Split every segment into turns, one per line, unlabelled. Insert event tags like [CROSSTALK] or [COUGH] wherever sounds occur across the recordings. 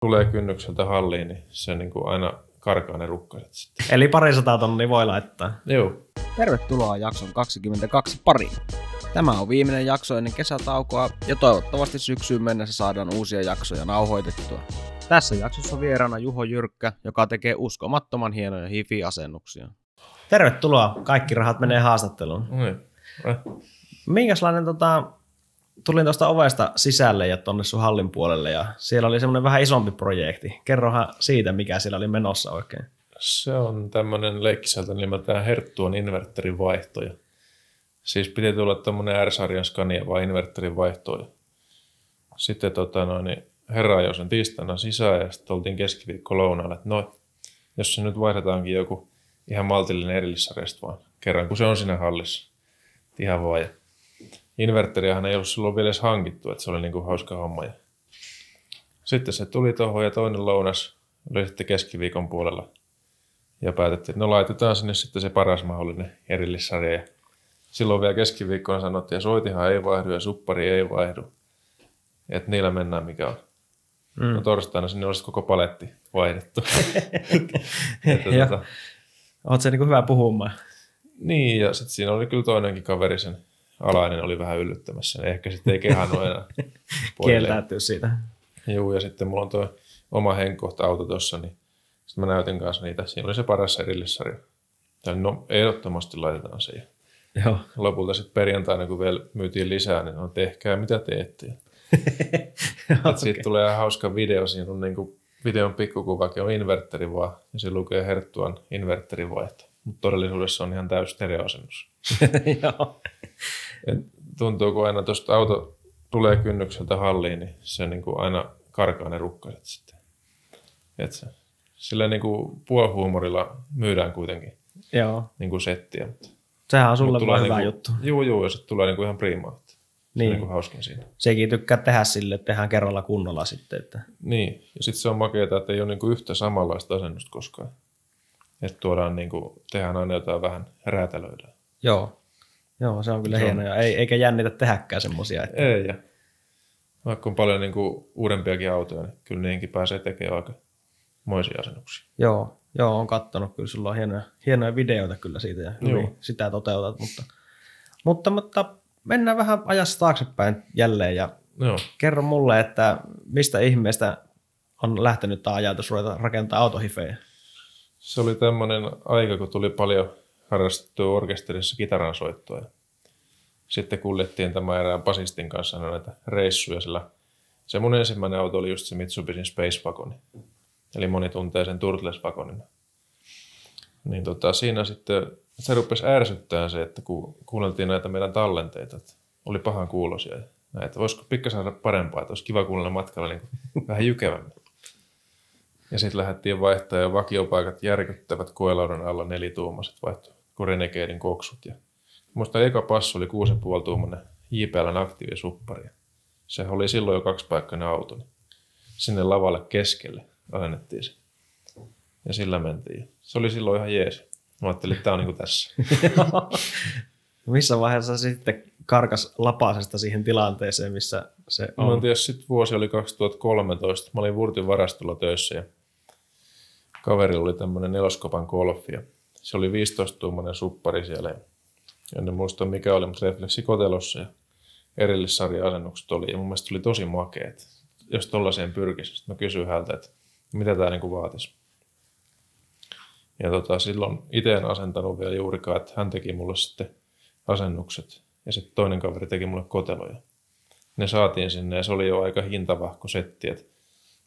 tulee kynnykseltä halliin, niin se niin kuin aina karkaa ne rukkaset sitten.
Eli parisataa tonnia voi laittaa.
Joo.
Tervetuloa jakson 22 pariin. Tämä on viimeinen jakso ennen kesätaukoa ja toivottavasti syksyyn mennessä saadaan uusia jaksoja nauhoitettua. Tässä jaksossa vieraana Juho Jyrkkä, joka tekee uskomattoman hienoja hifi-asennuksia.
Tervetuloa. Kaikki rahat menee haastatteluun.
No niin. Eh,
Minkäslainen tota, tulin tuosta ovesta sisälle ja tonne sun hallin puolelle ja siellä oli semmoinen vähän isompi projekti. Kerrohan siitä, mikä siellä oli menossa oikein.
Se on tämmöinen leikkisältö nimeltään Herttuon inverterin vaihtoja. Siis piti tulla tämmöinen R-sarjan skania vai inverterin vaihtoja. Sitten tota noin, niin herra ajoi sen tiistaina sisään ja sitten oltiin keskiviikko lounaalle, että no, jos se nyt vaihdetaankin joku ihan maltillinen erillissarjasta vaan kerran, kun se on siinä hallissa. Et Ihan vaan. Ja inverteriähän ei ollut silloin vielä edes hankittu, että se oli niinku hauska homma. Ja sitten se tuli tuohon ja toinen lounas oli sitten keskiviikon puolella. Ja päätettiin, että no laitetaan sinne sitten se paras mahdollinen erillissarja. Ja silloin vielä keskiviikkona sanottiin, ja soitihan ei vaihdu ja suppari ei vaihdu. Että niillä mennään mikä on. Mm. No torstaina sinne olisi koko paletti vaihdettu. että,
Joo.
tota,
Oot se niinku hyvä puhumaan.
niin, ja sitten siinä oli kyllä toinenkin kaveri sen alainen oli vähän yllyttämässä. niin Ehkä sitten ei kehannut enää. Pojille.
Kieltäytyy siitä.
Joo, ja sitten mulla on tuo oma henkkohta auto tuossa, niin sitten mä näytin kanssa niitä. Siinä oli se paras erillissarja. Tai no, ehdottomasti laitetaan se. Ja
Joo.
lopulta sitten perjantaina, kun vielä myytiin lisää, niin on tehkää mitä teette. Ja
Okei.
okay. Siitä tulee ihan hauska video, siinä on niinku videon pikkukuvakin on inverteri vaan, ja se lukee Herttuan inverterin vaihto. Mutta todellisuudessa on ihan täys stereoasennus.
Joo.
Et tuntuu, kun aina tuosta auto tulee kynnykseltä halliin, niin se niin kuin aina karkaa ne rukkaset sitten. Et se, sillä niin kuin puolihuumorilla myydään kuitenkin
[LAUGHS] Joo.
niin kuin settiä. Mutta
Sehän on sulle
mut
vaan hyvä
niin kuin,
juttu.
Juu, juu, ja sitten tulee niin kuin ihan priimaa. Niin. Se on
Niin.
niin kuin hauskin siinä.
Sekin tykkää tehdä sille, että tehdään kerralla kunnolla sitten. Että.
Niin, ja sitten se on makeeta, että ei ole niin kuin yhtä samanlaista asennusta koskaan. Että tuodaan niin kuin, tehdään aina jotain vähän räätälöidään.
Joo. Joo, se on kyllä
Se on-
hienoja. Ei, eikä jännitä tehdäkään semmosia. Että...
Ei, ja vaikka on paljon niin kuin uudempiakin autoja, niin kyllä niihinkin pääsee tekemään aika moisia asennuksia.
Joo, joo, on kattonut kyllä, sulla on hienoja, hienoja videoita kyllä siitä ja hyvin
Joo.
sitä toteutat, mutta, mutta, mutta mennään vähän ajassa taaksepäin jälleen ja
Joo.
kerro mulle, että mistä ihmeestä on lähtenyt tämä ajatus ruveta rakentaa autohifejä.
Se oli tämmöinen aika, kun tuli paljon harrastettua orkesterissa kitaransoittoa. Ja Sitten kuljettiin tämän erään basistin kanssa aina näitä reissuja, sillä se mun ensimmäinen auto oli just se Mitsubishi Space Wagoni. Eli moni tuntee sen Turtles Wagonina. Niin tota, siinä sitten se rupesi ärsyttämään se, että kun kuunneltiin näitä meidän tallenteita, että oli pahan kuulosia. ja Näin, että voisiko pikkasen saada parempaa, että olisi kiva kuunnella matkalla niin kuin vähän jykevämmin. Ja sitten lähdettiin vaihtaa ja vakiopaikat järkyttävät koelaudan alla nelituumaiset vaihtui kuin Renegaden koksut. Ja muista eka passu oli 6,5 tuumainen JPLn aktiivisuppari. Se oli silloin jo kaksipaikkainen auto. niin Sinne lavalle keskelle asennettiin se. Ja sillä mentiin. Se oli silloin ihan jees. Mä ajattelin, että tämä on niinku tässä.
Missä vaiheessa se sitten karkas lapasesta siihen tilanteeseen, missä se
Mä en
on?
tiedä, sit vuosi oli 2013. Mä olin Vurtin varastolla töissä ja kaverilla oli tämmönen neloskopan golfi ja se oli 15-tuumainen suppari siellä. ja En nyt muista mikä oli, mutta refleksi kotelossa ja erillissarja-asennukset oli ja mun mielestä tuli tosi makeet. Jos tollaiseen pyrkisi, sit mä kysyin häneltä, että mitä tämä niinku vaatisi. Ja tota, silloin itse en asentanut vielä juurikaan, että hän teki mulle sitten asennukset ja sitten toinen kaveri teki mulle koteloja ne saatiin sinne ja se oli jo aika hintavahko setti. Et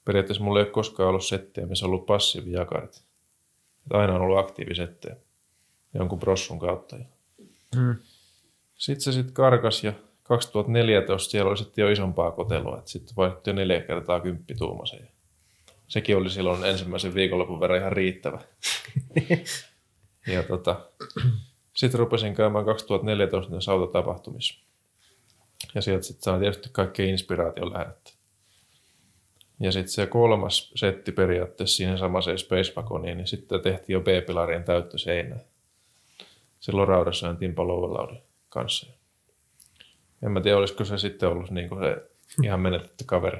periaatteessa mulla ei ole koskaan ollut settiä, missä on ollut passiivijakarit. Et aina on ollut aktiivisettejä jonkun prossun kautta.
Mm.
Sitten se sitten karkas ja 2014 siellä oli sitten jo isompaa kotelua. Sitten vaihtui jo neljä kertaa kymppituumasen. ja Sekin oli silloin ensimmäisen viikonlopun verran ihan riittävä. ja tota, sitten rupesin käymään 2014 näissä autotapahtumissa. Ja sieltä sitten saa tietysti kaikki inspiraation lähdettä. Ja sitten se kolmas setti periaatteessa siinä samassa Space Wagoniin, niin sitten tehtiin jo B-pilarien täyttö seinään. Se Loraudessa on Timpa Lowellaurin kanssa. En mä niinku tiedä, olisiko se sitten ollut niin kuin se ihan menetetty kaveri.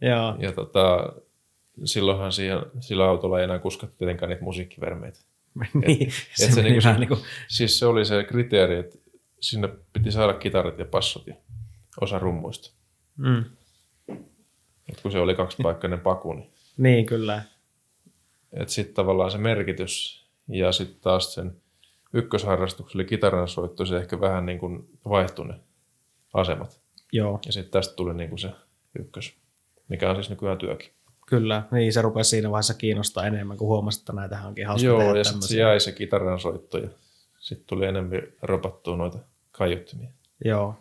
Joo.
Ja tota, silloinhan siihen, sillä autolla ei enää kuskattu tietenkään niitä musiikkivermeitä.
[LAUGHS] niin, se,
et se niinku
se meni vähän
se-
niin kuin,
Siis se oli se kriteeri, että sinne piti saada kitarat ja passot ja osa rummuista.
mm.
Et kun se oli kaksipaikkainen paku, niin
niin kyllä.
että sitten tavallaan se merkitys ja sitten taas sen ykkösharrastuksella kitaran soitto, se ehkä vähän niin kuin vaihtui ne asemat.
Joo,
Ja sitten tästä tuli niin kuin se ykkös, mikä on siis nykyään työkin.
kyllä. Niin, se rupesi siinä vaiheessa kiinnostaa enemmän, kun huomasi, että näitähän onkin hauska
Joo,
tehdä
ja sitten se
tämmöisiä.
jäi se kitaran soitto ja sitten tuli enemmän ropattua noita kaiuttimia.
Joo.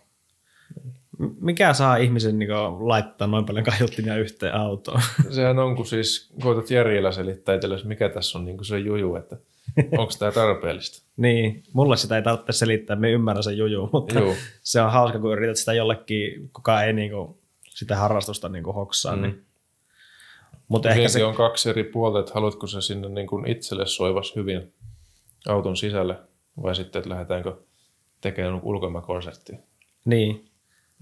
M- Mikä saa ihmisen niin kuin, laittaa noin paljon kaiuttimia yhteen autoon?
[LAUGHS]
[LAUGHS]
Sehän on, kun siis koetat järjellä selittää itsellesi, mikä tässä on niin kuin se juju,
[LAUGHS]
että onko tämä tarpeellista.
niin, mulle sitä ei tarvitse selittää, me ymmärrän sen juju, mutta
Joo.
Joo. se on hauska, kun yrität sitä jollekin, kuka ei niin kuin, sitä harrastusta niin kuin, hoksaa. Mm. Niin. Mutta ehkä se,
on kaksi eri puolta, että haluatko se sinne niin kuin itselle soivas hyvin auton sisälle vai sitten, että lähdetäänkö tekemään ulkomakonserttia.
niin,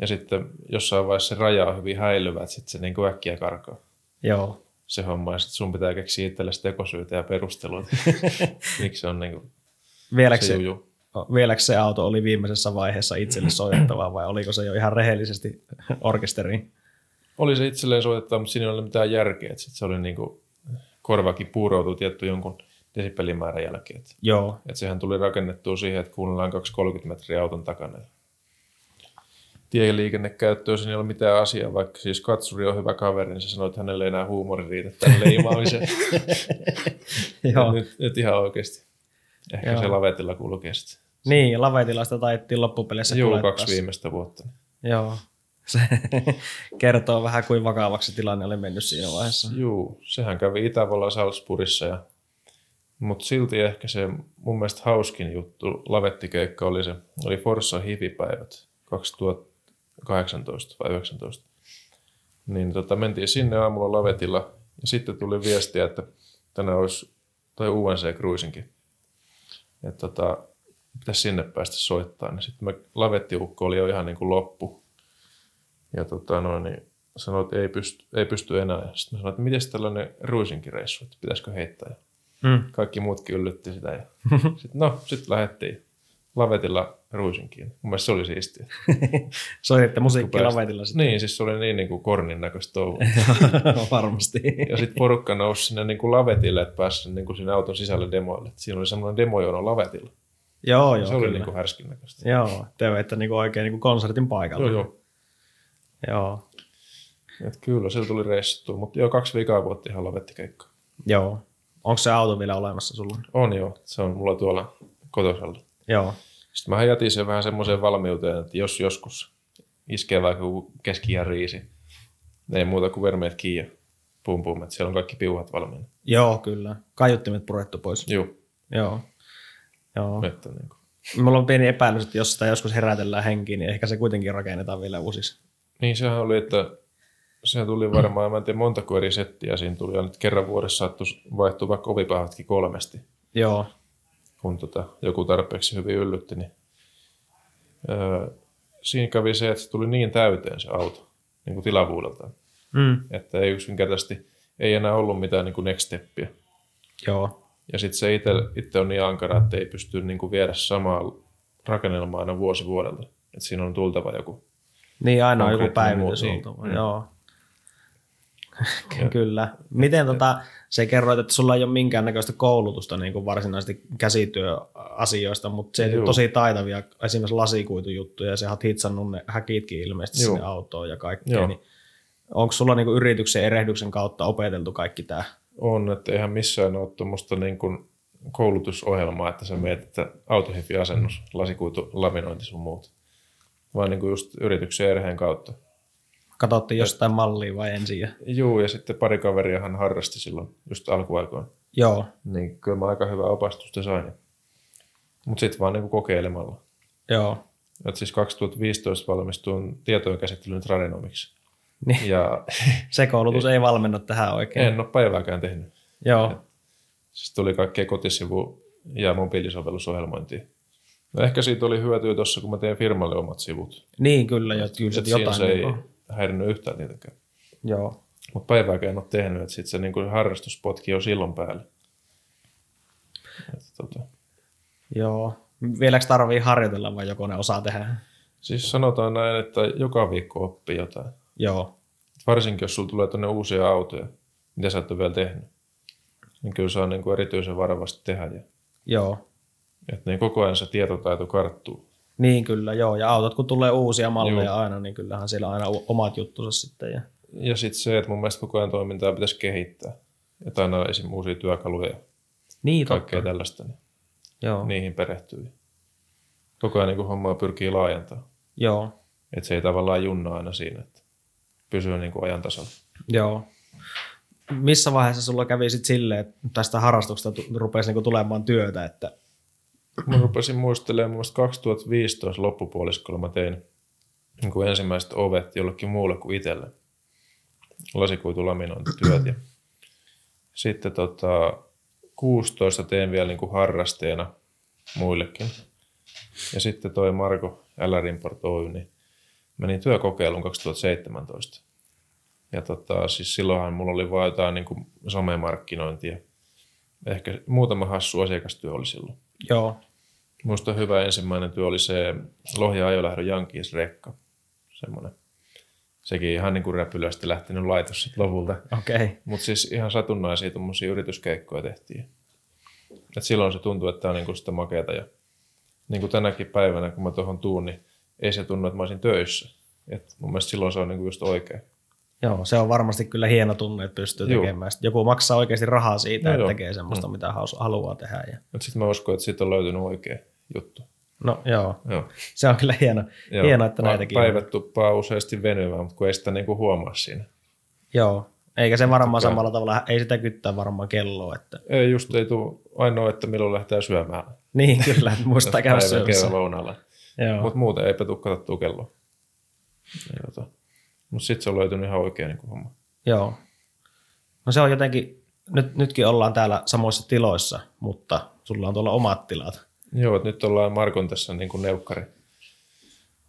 Ja sitten jossain vaiheessa se raja on hyvin häilyvä, että sitten se niin kuin äkkiä karkaa
joo.
se homma ja sitten sun pitää keksiä itsellesi tekosyytä ja
[LAUGHS]
perusteluita, miksi se on niin kuin
Vieläkö
se
se,
juju.
vieläkö se auto oli viimeisessä vaiheessa itselle soitettavaa vai oliko se jo ihan rehellisesti
[LAUGHS]
orkesteriin?
Oli se itselleen soitettava, mutta siinä ei ole mitään järkeä. Että sit se oli niin kuin, korvakin puuroutui tietty jonkun desibelimäärän jälkeen. Että
Joo,
et sehän tuli rakennettua siihen, että kuunnellaan 230 metriä auton takana. Tieliikennekäyttöön siinä ei ole mitään asiaa, vaikka siis katsuri on hyvä kaveri, niin sä sanoit, että hänelle ei enää huumori riitä tämän leimaamiseen.
[LAUGHS] joo.
nyt, nyt, ihan oikeasti. Ehkä
Joo.
se lavetilla kulkee sitten.
Niin, ja lavetilasta taittiin loppupeleissä
Juu,
kuljettaa
kaksi
se.
viimeistä vuotta.
Joo. Se [LAUGHS] kertoo vähän kuin vakavaksi tilanne oli mennyt siinä vaiheessa.
Juu, sehän kävi Itävallan Salzburgissa. Ja... Mutta silti ehkä se mun mielestä hauskin juttu lavettikeikka oli se, oli Forssa hipipäivät 2018 vai 19. Niin tota, mentiin sinne aamulla lavetilla ja sitten tuli viestiä, että tänään olisi, tai UNC Cruisinkin, että tota, pitäisi sinne päästä soittaa. Niin sitten me lavettiukko oli jo ihan niin kuin loppu. Ja tota, noin, niin sanoi, että ei pysty, ei pysty enää. Sitten mä sanoin, että miten tällainen ruisinkireissu, että pitäisikö heittää. Ja
Mm.
kaikki muutkin yllytti sitä. Ja sit, no, sitten lähdettiin lavetilla ruisinkiin. Mun mielestä se oli siistiä.
Soititte musiikki
Kun pääsit-
lavetilla sitten.
Niin, siis se oli niin, niin kuin kornin näköistä touhua. [LAUGHS]
Varmasti.
Ja sitten porukka nousi sinne niin kuin lavetille, että pääsi niin kuin sinne auton sisälle demoille. Et siinä oli semmoinen demojono lavetilla.
joo, joo,
se oli
kyllä.
niin kuin härskin näköistä.
Joo, te veitte niinku oikein niinku konsertin paikalle.
Joo, joo.
Joo,
Et kyllä, sillä tuli reissattua. Mutta joo, kaksi vikaa vuotta ihan lavettikeikkaa.
joo. Onko se auto vielä olemassa sulla?
On joo, se on mulla tuolla kotosalla.
Joo,
Sitten mä jätin sen vähän semmoiseen valmiuteen, että jos joskus iskee vaikka joku keski ja riisi, niin ei muuta kuin vermeet kiinni ja pum pum, että siellä on kaikki piuhat valmiina.
joo kyllä. Kaiuttimet purettu pois.
Joo,
Joo. Joo.
että niin kuin.
Mulla on pieni epäilys, että jos sitä joskus herätellään henkiin, niin ehkä se kuitenkin rakennetaan vielä uusiksi.
Niin sehän oli, että sehän tuli varmaan, mä en tiedä montako eri settiä siinä tuli, ja nyt kerran vuodessa saattoi vaihtua vaikka ovipahatkin kolmesti,
Joo,
kun tota, joku tarpeeksi hyvin yllytti. Niin. Öö, siinä kävi se, että se tuli niin täyteen se auto, niin kuin tilavuudeltaan,
mm.
että ei yksinkertaisesti ei enää ollut mitään niin kuin next steppiä.
joo,
Ja sitten se itse on niin ankara, että ei pysty niinku viedä samaa rakennelmaa aina vuosi vuodelta. Et siinä on tultava joku.
Niin aina on joku
Konkreettinen
päivitys
muu-
oltava.
niin.
Joo. [LAUGHS] Kyllä. Miten tota, se kerroit, että sulla ei ole minkäännäköistä koulutusta niin kuin varsinaisesti käsityöasioista, mutta se
Juu.
on tosi taitavia esimerkiksi lasikuitujuttuja ja sä oot hitsannut ne häkitkin ilmeisesti
Juu.
Joo. sinne autoon ja
Joo.
kaikkea. Niin onko sulla niin kuin yrityksen erehdyksen kautta opeteltu kaikki tämä?
On, että eihän missään ole tuommoista niinku koulutusohjelmaa, että sä mietit, että autohefiasennus, lasikuitu, laminointi sun muut. Vaan niinku just yrityksen erheen kautta.
Katsottiin jostain mallia vai ensin? Ja...
Juu, ja sitten pari kaveria hän harrasti silloin just alkuaikoina.
Joo,
Niin kyllä mä aika hyvä opastusta sain. Mutta sitten vaan niinku kokeilemalla.
joo.
Et siis 2015 valmistuin tietojen käsittelyyn tradenomiksi.
Niin. [LAUGHS]
Ja
Se koulutus ei valmenna tähän oikein.
En ole päivääkään tehnyt.
Joo,
Siis tuli kaikkea kotisivu- ja mobiilisovellusohjelmointia. No ehkä siitä oli hyötyä tuossa, kun mä teen firmalle omat sivut.
niin kyllä, jo, kyllä se
Et siinä
jotain.
se ei
niin kuin-
häirinnyt yhtään tietenkään.
Joo.
Mutta päivääkään en ole tehnyt, että sitten se niin kuin harrastuspotki on silloin päällä. Että, tota.
Joo. Vieläkö tarvii harjoitella vai joko ne osaa tehdä?
Siis sanotaan näin, että joka viikko oppii jotain.
Joo.
Varsinkin jos sulla tulee tuonne uusia autoja, mitä sä et ole vielä tehnyt, niin kyllä saa niin kuin erityisen varovasti tehdä. Ja,
Joo.
et niin koko ajan se tietotaito karttuu.
Niin kyllä, joo. Ja autot kun tulee uusia malleja
Joo.
joo. aina, niin kyllähän siellä on aina u- omat juttunsa sitten. Ja...
Ja sitten se, että mun mielestä koko ajan toimintaa pitäisi kehittää. Että aina esim. uusia työkaluja ja
Niin No.
kaikkea tällaista, niin
Joo.
niihin perehtyy. Koko ajan niin kuin hommaa pyrkii laajentamaan.
joo.
Että se ei tavallaan junna aina siinä, että pysyy niin kuin ajan tasalla.
Joo. Missä vaiheessa sulla kävi sitten silleen, että tästä harrastuksesta tu- rupesi niinku tulemaan työtä, että
Mä rupesin muistelemaan mun mielestä 2015 loppupuoliskolla mä tein niin kuin ensimmäiset ovet jollekin muulle kuin itselle. Lasikuitulaminointityöt. Ja sitten tota, 16 tein vielä niin kuin harrasteena muillekin. Ja sitten toi Marko Älärimport Oy, niin menin työkokeiluun 2017. Ja tota, siis silloinhan mulla oli vaan jotain niin kuin somemarkkinointia. Ehkä muutama hassu asiakastyö oli silloin.
joo,
Muista hyvä ensimmäinen työ oli se Lohja ajolähdön jankiisrekka. Semmoinen. Sekin ihan niin kuin räpylästi lähtenyt laitos sit lopulta.
okei, okay.
Mutta siis ihan satunnaisia tuommoisia yrityskeikkoja tehtiin. Et silloin se tuntuu, että tämä on niin kuin sitä makeata. Ja niin kuin tänäkin päivänä, kun mä tuohon tuun, niin ei se tunnu, että mä olisin töissä. Et mun mielestä silloin se on niin kuin just oikein.
joo, se on varmasti kyllä hieno tunne, että pystyy
Joo.
joo. tekemään. Sitten joku maksaa oikeasti rahaa
No
siitä, no että
joo.
joo. tekee semmoista, mm. mitä haus- haluaa tehdä. Ja...
Sitten mä uskon, että siitä on löytynyt oikea juttu.
No joo,
Joo.
se on kyllä hieno,
Joo.
hieno että
Pa-
näitäkin on.
Päivät tuppaa useasti venymään, mutta kun ei sitä niin kuin huomaa siinä.
Joo, eikä se varmaan
kai.
samalla tavalla, ei sitä kyttää varmaan kelloa. Että...
Ei just ei tuu ainoa, että milloin lähtee syömään.
Niin kyllä, että muistaa käydä
Päivän
syömässä.
kerran lounalla.
Joo.
Mutta muuten eipä tuu katsottua kelloa. Tota. Mutta sitten se on löytynyt ihan oikein niin homma.
Joo. No se on jotenkin, nyt, nytkin ollaan täällä samoissa tiloissa, mutta sulla on tuolla omat tilat.
Joo, et nyt ollaan Markon tässä niin kuin neukkari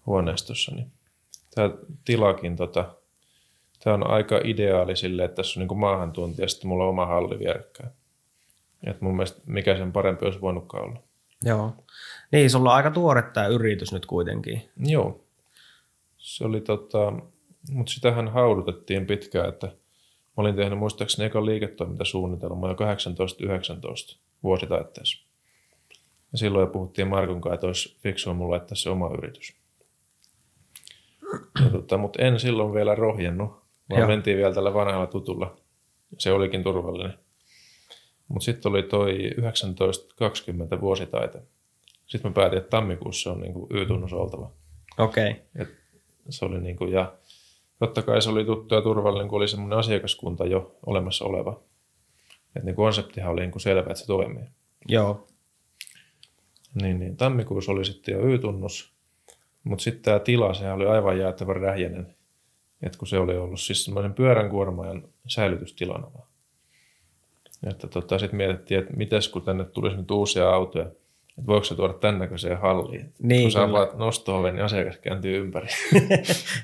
huoneistossa. Niin. Tämä tilakin, tota, tämä on aika ideaali sille, että tässä on niin kuin maahantuonti ja sitten mulla on oma halli vierekkäin. Et mun mielestä mikä sen parempi olisi voinutkaan olla.
Joo. Niin, sulla on aika tuore tämä yritys nyt kuitenkin.
Niin. Joo. Se oli tota, mutta sitähän haudutettiin pitkään, että mä olin tehnyt muistaakseni ekan liiketoimintasuunnitelmaa jo 18-19 vuositaitteessa. Ja silloin jo puhuttiin Markon kanssa, että olisi fiksua mulla laittaa se oma yritys. Ja tota, mutta en silloin vielä rohjennut, vaan
Joo.
mentiin vielä tällä vanhalla tutulla. Se olikin turvallinen. Mutta sitten oli toi 19-20 vuositaite. Sitten mä päätin, että tammikuussa on niinku Y-tunnus oltava.
Okei. Okay.
Et se oli niin kuin, ja totta kai se oli tuttu ja turvallinen, kun oli semmoinen asiakaskunta jo olemassa oleva. Et niin konseptihan oli niin kuin selvä, että se toimii.
Joo.
Niin, niin tammikuussa oli sitten jo Y-tunnus, mutta sitten tämä tila, sehän oli aivan jäätävä rähjänen. Et kun se oli ollut siis semmoisen pyöränkuormaajan säilytystilana vaan. Että tota, sitten mietittiin, että mites kun tänne tulisi nyt uusia autoja, että voiko se tuoda tämän näköiseen halliin.
Niin,
kun sä
kyllä.
avaat nosto niin asiakas kääntyy ympäri.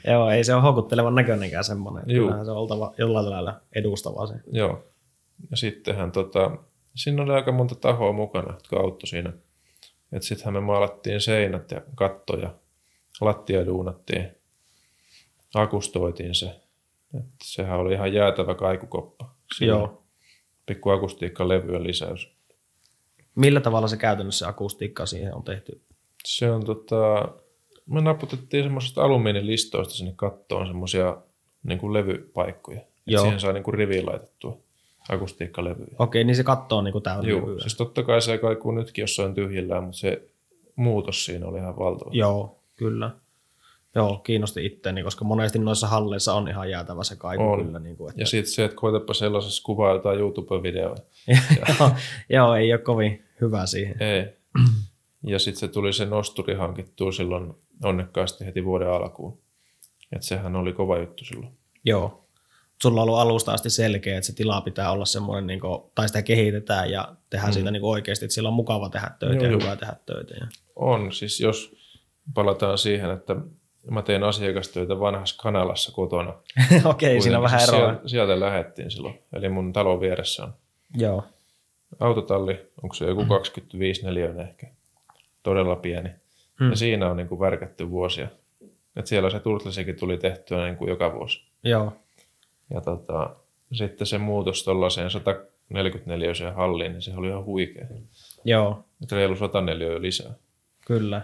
Joo, ei se ole houkuttelevan näköinenkään semmoinen.
Juu.
Kyllähän se on oltava jollain lailla edustava se.
Joo. Ja sittenhän tota, siinä oli aika monta tahoa mukana, jotka auttoi siinä. Et sittenhän me maalattiin seinät ja kattoja, lattia duunattiin, akustoitiin se. Et sehän oli ihan jäätävä kaikukoppa. Siinä
Joo.
Pikku akustiikkalevyön lisäys.
Millä tavalla se käytännössä akustiikka siihen on tehty?
Se on tota, me naputettiin semmoisesta alumiinilistoista sinne kattoon semmoisia niin levypaikkoja. Et
Joo.
siihen sai niin kuin riviin laitettua akustiikkalevyjä.
Okei, niin se katto on niinku täynnä.
Joo, siis totta kai se kaikuu nytkin jossain tyhjillään, mutta se muutos siinä oli ihan valtava.
Joo, kyllä. Joo, kiinnosti itteeni, koska monesti noissa halleissa on ihan jäätävä se kaiku
On.
kyllä. Niin kuin, että...
Ja sitten se, että koetapa sellaisessa kuvaa jotain YouTube-videoa.
joo, joo, ei ole kovin hyvä siihen. [CLEARS THROAT]
Ei. Ja sitten se tuli se nosturi hankittua silloin onnekkaasti heti vuoden alkuun. Et sehän oli kova juttu silloin.
Joo. Sulla on ollut alusta asti selkeä, että se tila pitää olla semmoinen, niin kuin, tai sitä kehitetään ja tehdään mm. siitä niin oikeasti, että siellä on mukava tehdä töitä
Joo,
joo, ja [LAUGHS]
joo.
hyvä tehdä töitä. Ja...
On, siis jos palataan siihen, että Ja Mä tein asiakastyötä vanhassa Kanalassa kotona.
Okei, siinä on vähän
Kuitenkin siis
eroa.
Sieltä, sieltä lähettiin silloin. Eli mun talon vieressä on
Joo.
autotalli, onko se
Mm.
joku 25 neliöinen ehkä, todella pieni.
Hmm.
Ja siinä on niin kuin värkätty vuosia. Et siellä se turtlisikin tuli tehtyä niin kuin joka vuosi.
Joo.
Ja tota, sitten se muutos tuollaiseen 144 halliin, niin se oli ihan huikea.
Joo.
Et reilu 104 jo lisää.
Kyllä.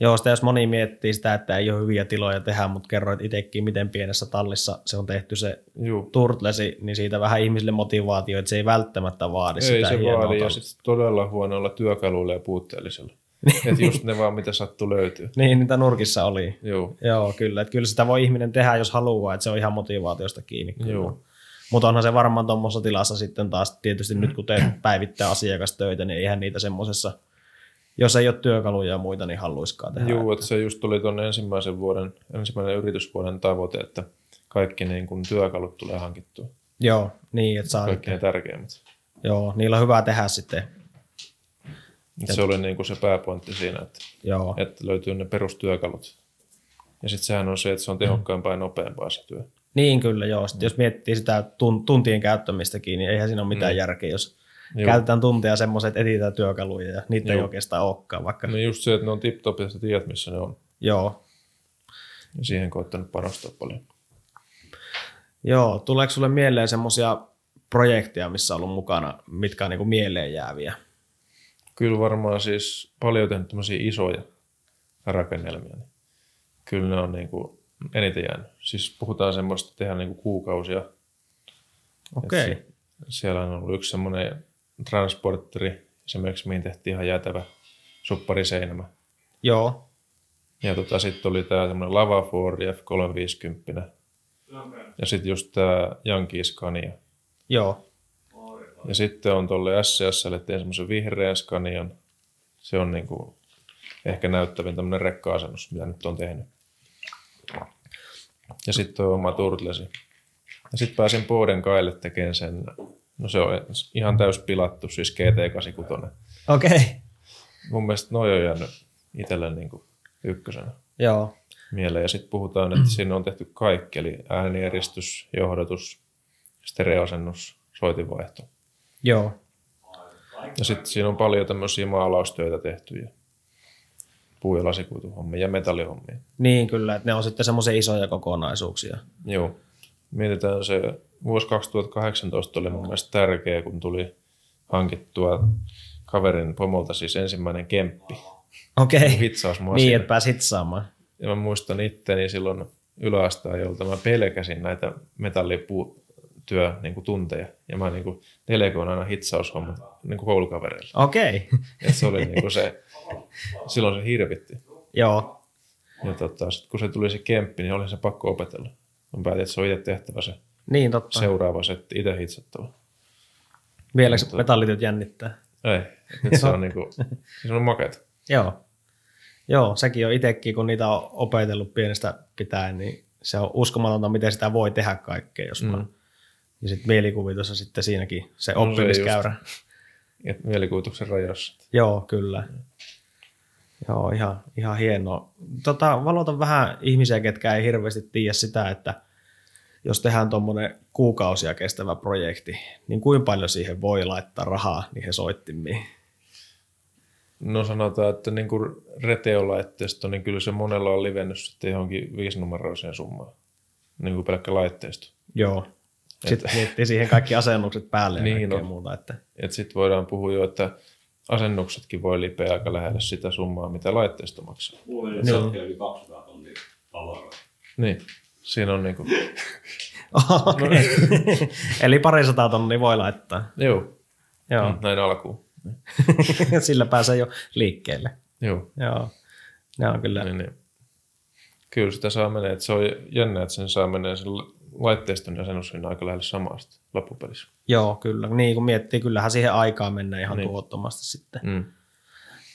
Joo, sitä jos moni miettii sitä, että ei ole hyviä tiloja tehdä, mutta kerroit itsekin, miten pienessä tallissa se on tehty se
Juu.
turtlesi, niin siitä vähän ihmisille motivaatio, että se ei välttämättä vaadi
Ei
Niin sitä
se
hienoa
vaadi, ja
tos-
sitten todella huonoilla työkaluilla ja
[LAUGHS]
puutteellisilla. Et just ne vaan, mitä sattuu löytyy.
Niin, niitä nurkissa oli.
Joo,
Joo, kyllä. Että kyllä sitä voi ihminen tehdä, jos haluaa, että se on ihan motivaatiosta kiinni.
Joo.
Mutta onhan se varmaan tuommoisessa tilassa sitten taas tietysti nyt,
[CLEARS THROAT]
kun teet päivittää asiakastöitä, niin eihän niitä semmoisessa, jos ei ole työkaluja ja muita, niin haluiskaan tehdä.
Joo, että se just tuli tuonne ensimmäisen vuoden, ensimmäinen yritysvuoden tavoite, että kaikki niin kun työkalut tulee hankittua,
Joo, niin, että saa
kaikki ne tärkeimmät.
Joo, niillä on hyvä tehdä sitten.
Et se oli niin kuin se pääpointti siinä, että,
Joo,
että löytyy ne perustyökalut. Ja sitten sehän on se, että se on tehokkaampaa ja nopeampaa se työ.
niin kyllä joo. Sitten jos miettii sitä tun- tuntien käyttämistäkin, niin eihän siinä ole mitään mm. järkeä, jos
Joo.
Juu. käytetään tunteja semmoiset, että etsitään työkaluja ja niitä Juu. Niin. ei
Juu.
oikeastaan olekaan vaikka.
No just se, että ne on tip-top ja sä tiedät, missä ne on.
Joo.
Ja siihen koittanut panostaa paljon.
joo, tuleeko sulle mieleen semmoisia projekteja, missä on ollut mukana, mitkä on niinku mieleen jääviä?
Kyllä varmaan siis paljon tehnyt tämmöisiä isoja rakennelmia. Niin kyllä ne on niin kuin eniten jäänyt. Siis puhutaan semmoista, että tehdään niin kuin kuukausia
Okei,
Et se- Siellä on ollut yksi semmoinen transportteri, esimerkiksi mihin tehtiin ihan jäätävä suppariseinämä.
joo.
Ja tota, sitten oli tämä semmoinen Lava Ford F350. Ja sitten just tämä Yankee Scania.
Joo,
Ja sitten on tuolle SCSlle tein semmoisen vihreän Scanian. Se on niinku ehkä näyttävin tämmöinen rekka-asennus, mitä nyt on tehnyt. Ja sitten on oma turtlesi. Ja sitten pääsin Boden kaille tekemään sen, no se on ihan täys pilattu, siis GT86.
okei,
Mun mielestä noi on jäänyt itselle niinku ykkösenä
joo.
mieleen. Ja sitten puhutaan,
Mm.
että siinä on tehty kaikki, eli äänieristys, johdatus, stereoasennus, soitinvaihto.
Joo,
Ja sitten siinä on paljon tämmöisiä maalaustöitä tehtyjä. Puu- ja lasikuituhommia ja metallihommia.
niin kyllä, että ne on sitten semmoisia isoja kokonaisuuksia.
Joo. Mietitään se, vuosi 2018 oli mun mielestä tärkeä, kun tuli hankittua kaverin pomolta siis ensimmäinen kemppi.
Okei,
Hitsaus mua
niin
siinä.
että pääsit saamaan.
Ja mä muistan itteni silloin yläasteajolta, mä pelkäsin näitä metallipuutyö niin kuin tunteja. Ja mä niin kuin delegoin aina hitsaushommat niin kuin koulukavereille.
Okei, [LAUGHS]
Et se oli niin kuin se, silloin se hirvitti.
joo.
Ja tota, sit kun se tuli se kemppi, niin oli se pakko opetella. Mä päätin, että se on itse tehtävä se
Niin totta.
seuraava setti, itse hitsattava.
Vielä se metallityöt jännittää.
Ei, nyt se on niinku, siis on makeeta.
Joo. Joo, sekin on itsekin, kun niitä on opetellut pienestä pitäen, niin se on uskomatonta, miten sitä voi tehdä kaikkea, jos mm. vaan. Ja sitten mielikuvitus on sitten siinäkin se
No se
oppimiskäyrä.
Et mielikuvituksen rajassa.
Joo, kyllä. Joo, ihan, ihan hienoa. Tota, valotan vähän ihmisiä, ketkä ei hirveästi tiedä sitä, että jos tehdään tuommoinen kuukausia kestävä projekti, niin kuinka paljon siihen voi laittaa rahaa niin niihin soittimiin?
No sanotaan, että niinku reteolaitteisto, niin kyllä se monella on livennyt sitten johonkin viisinumeroiseen summaan. Niinku pelkkä laitteisto.
Joo. Sitten miettii siihen kaikki asennukset päälle ja
Niin
niin kaikkea
on.
muuta. Että,
Et sit voidaan puhua jo, että asennuksetkin voi lipeä aika lähelle sitä summaa, mitä laitteisto maksaa.
Mulla meni sähköä
[LAUGHS]
yli 200 tonnia tavaroita.
Niin, siinä on niinku, No
okay.
niin.
[LAUGHS] Eli parisataa tonnia voi laittaa.
joo,
Joo.
mm, näin alkuun. Mm.
[LAUGHS] Sillä pääsee jo liikkeelle.
Joo.
Joo. Ne on kyllä.
Niin, niin. Kyllä sitä saa menee. että Se on jännä, että sen saa menee sen laitteiston ja asennushinnan aika lähelle samasta loppupelissä.
Joo, kyllä. Niin kun miettii, kyllähän siihen aikaan mennään ihan niin.
Niin.
tuhottomasti sitten.
Mm.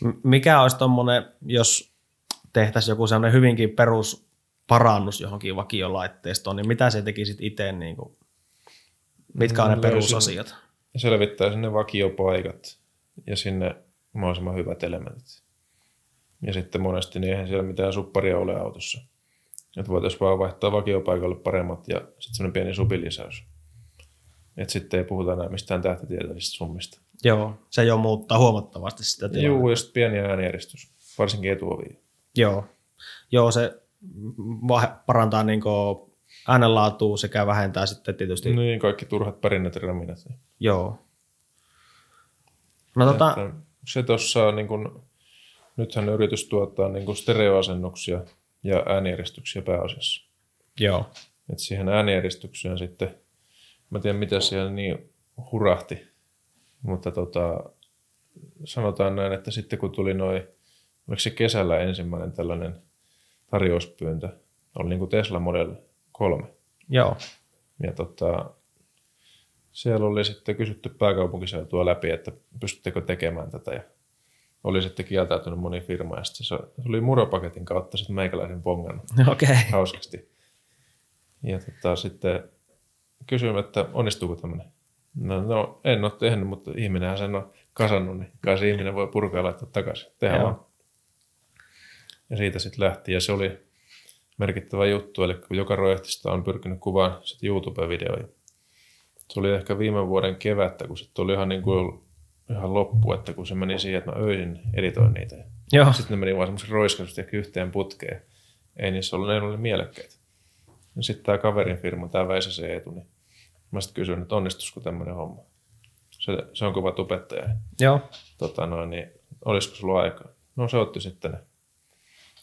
M- Mikä olisi tuommoinen, jos tehtäisiin joku sellainen hyvinkin perus parannus johonkin vakiolaitteistoon, niin mitä se tekisit itse? Niin kuin, mitkä on ne
Mm,
perusasiat?
Ja selvittää sinne vakiopaikat ja sinne mahdollisimman hyvät elementit. Ja sitten monesti niin eihän siellä mitään supparia ole autossa. Että voitaisiin vaan vaihtaa vakiopaikalle paremmat ja sitten semmoinen pieni supilisäys. Että sitten ei puhuta enää mistään tähtitieteellisistä summista.
Joo, se jo muuttaa huomattavasti sitä tilannetta.
Juu, ja sitten pieni äänieristys, varsinkin etuoviin.
Joo. Joo, se va- parantaa niin äänenlaatua sekä vähentää sitten tietysti.
Niin, kaikki turhat perinnöt ja raminat. Niin.
Joo. No tota,
Että se tuossa, niin kun, nythän yritys tuottaa niin kun stereoasennuksia ja äänieristyksiä pääasiassa.
joo.
Et siihen äänieristykseen sitten, mä tiedän mitä siellä niin hurahti, mutta tota, sanotaan näin, että sitten kun tuli noin, oliko se kesällä ensimmäinen tällainen tarjouspyyntö, oli niin kuin Tesla Model 3,
Joo. [LAUGHS]
ja tota, siellä oli sitten kysytty pääkaupunkiseutua läpi, että pystyttekö tekemään tätä. Ja oli sitten kieltäytynyt moni firma ja sitten se se oli muropaketin kautta sitten meikäläisen pongannut
Okei. Okay.
hauskasti. Ja tota, sitten kysyin, että onnistuuko tämmöinen. No, no, en ole tehnyt, mutta ihminenhän sen on kasannut, niin kai se ihminen voi purkaa ja laittaa takaisin. Tehdään
Joo.
vaan. Ja siitä sitten lähti, ja se oli merkittävä juttu, eli kun joka projektista on pyrkinyt kuvaan sitten YouTube-videoja. Se oli ehkä viime vuoden kevättä, kun sitten oli ihan, niin kuin, ihan loppu, että kun se meni siihen, että mä öisin editoin niitä. Ja
Joo.
sitten ne meni vaan semmoisen roiskaisesti ehkä yhteen putkeen. Ei niissä ollut, ne ei ollut mielekkäitä. Ja sitten tämä kaverin firma, tämä Väisä se Eetu, niin mä sitten kysyin, että onnistuisiko tämmöinen homma. Se, se on kova tubettaja.
Joo.
Tota noin, niin olisiko sulla aikaa? No se otti sitten ne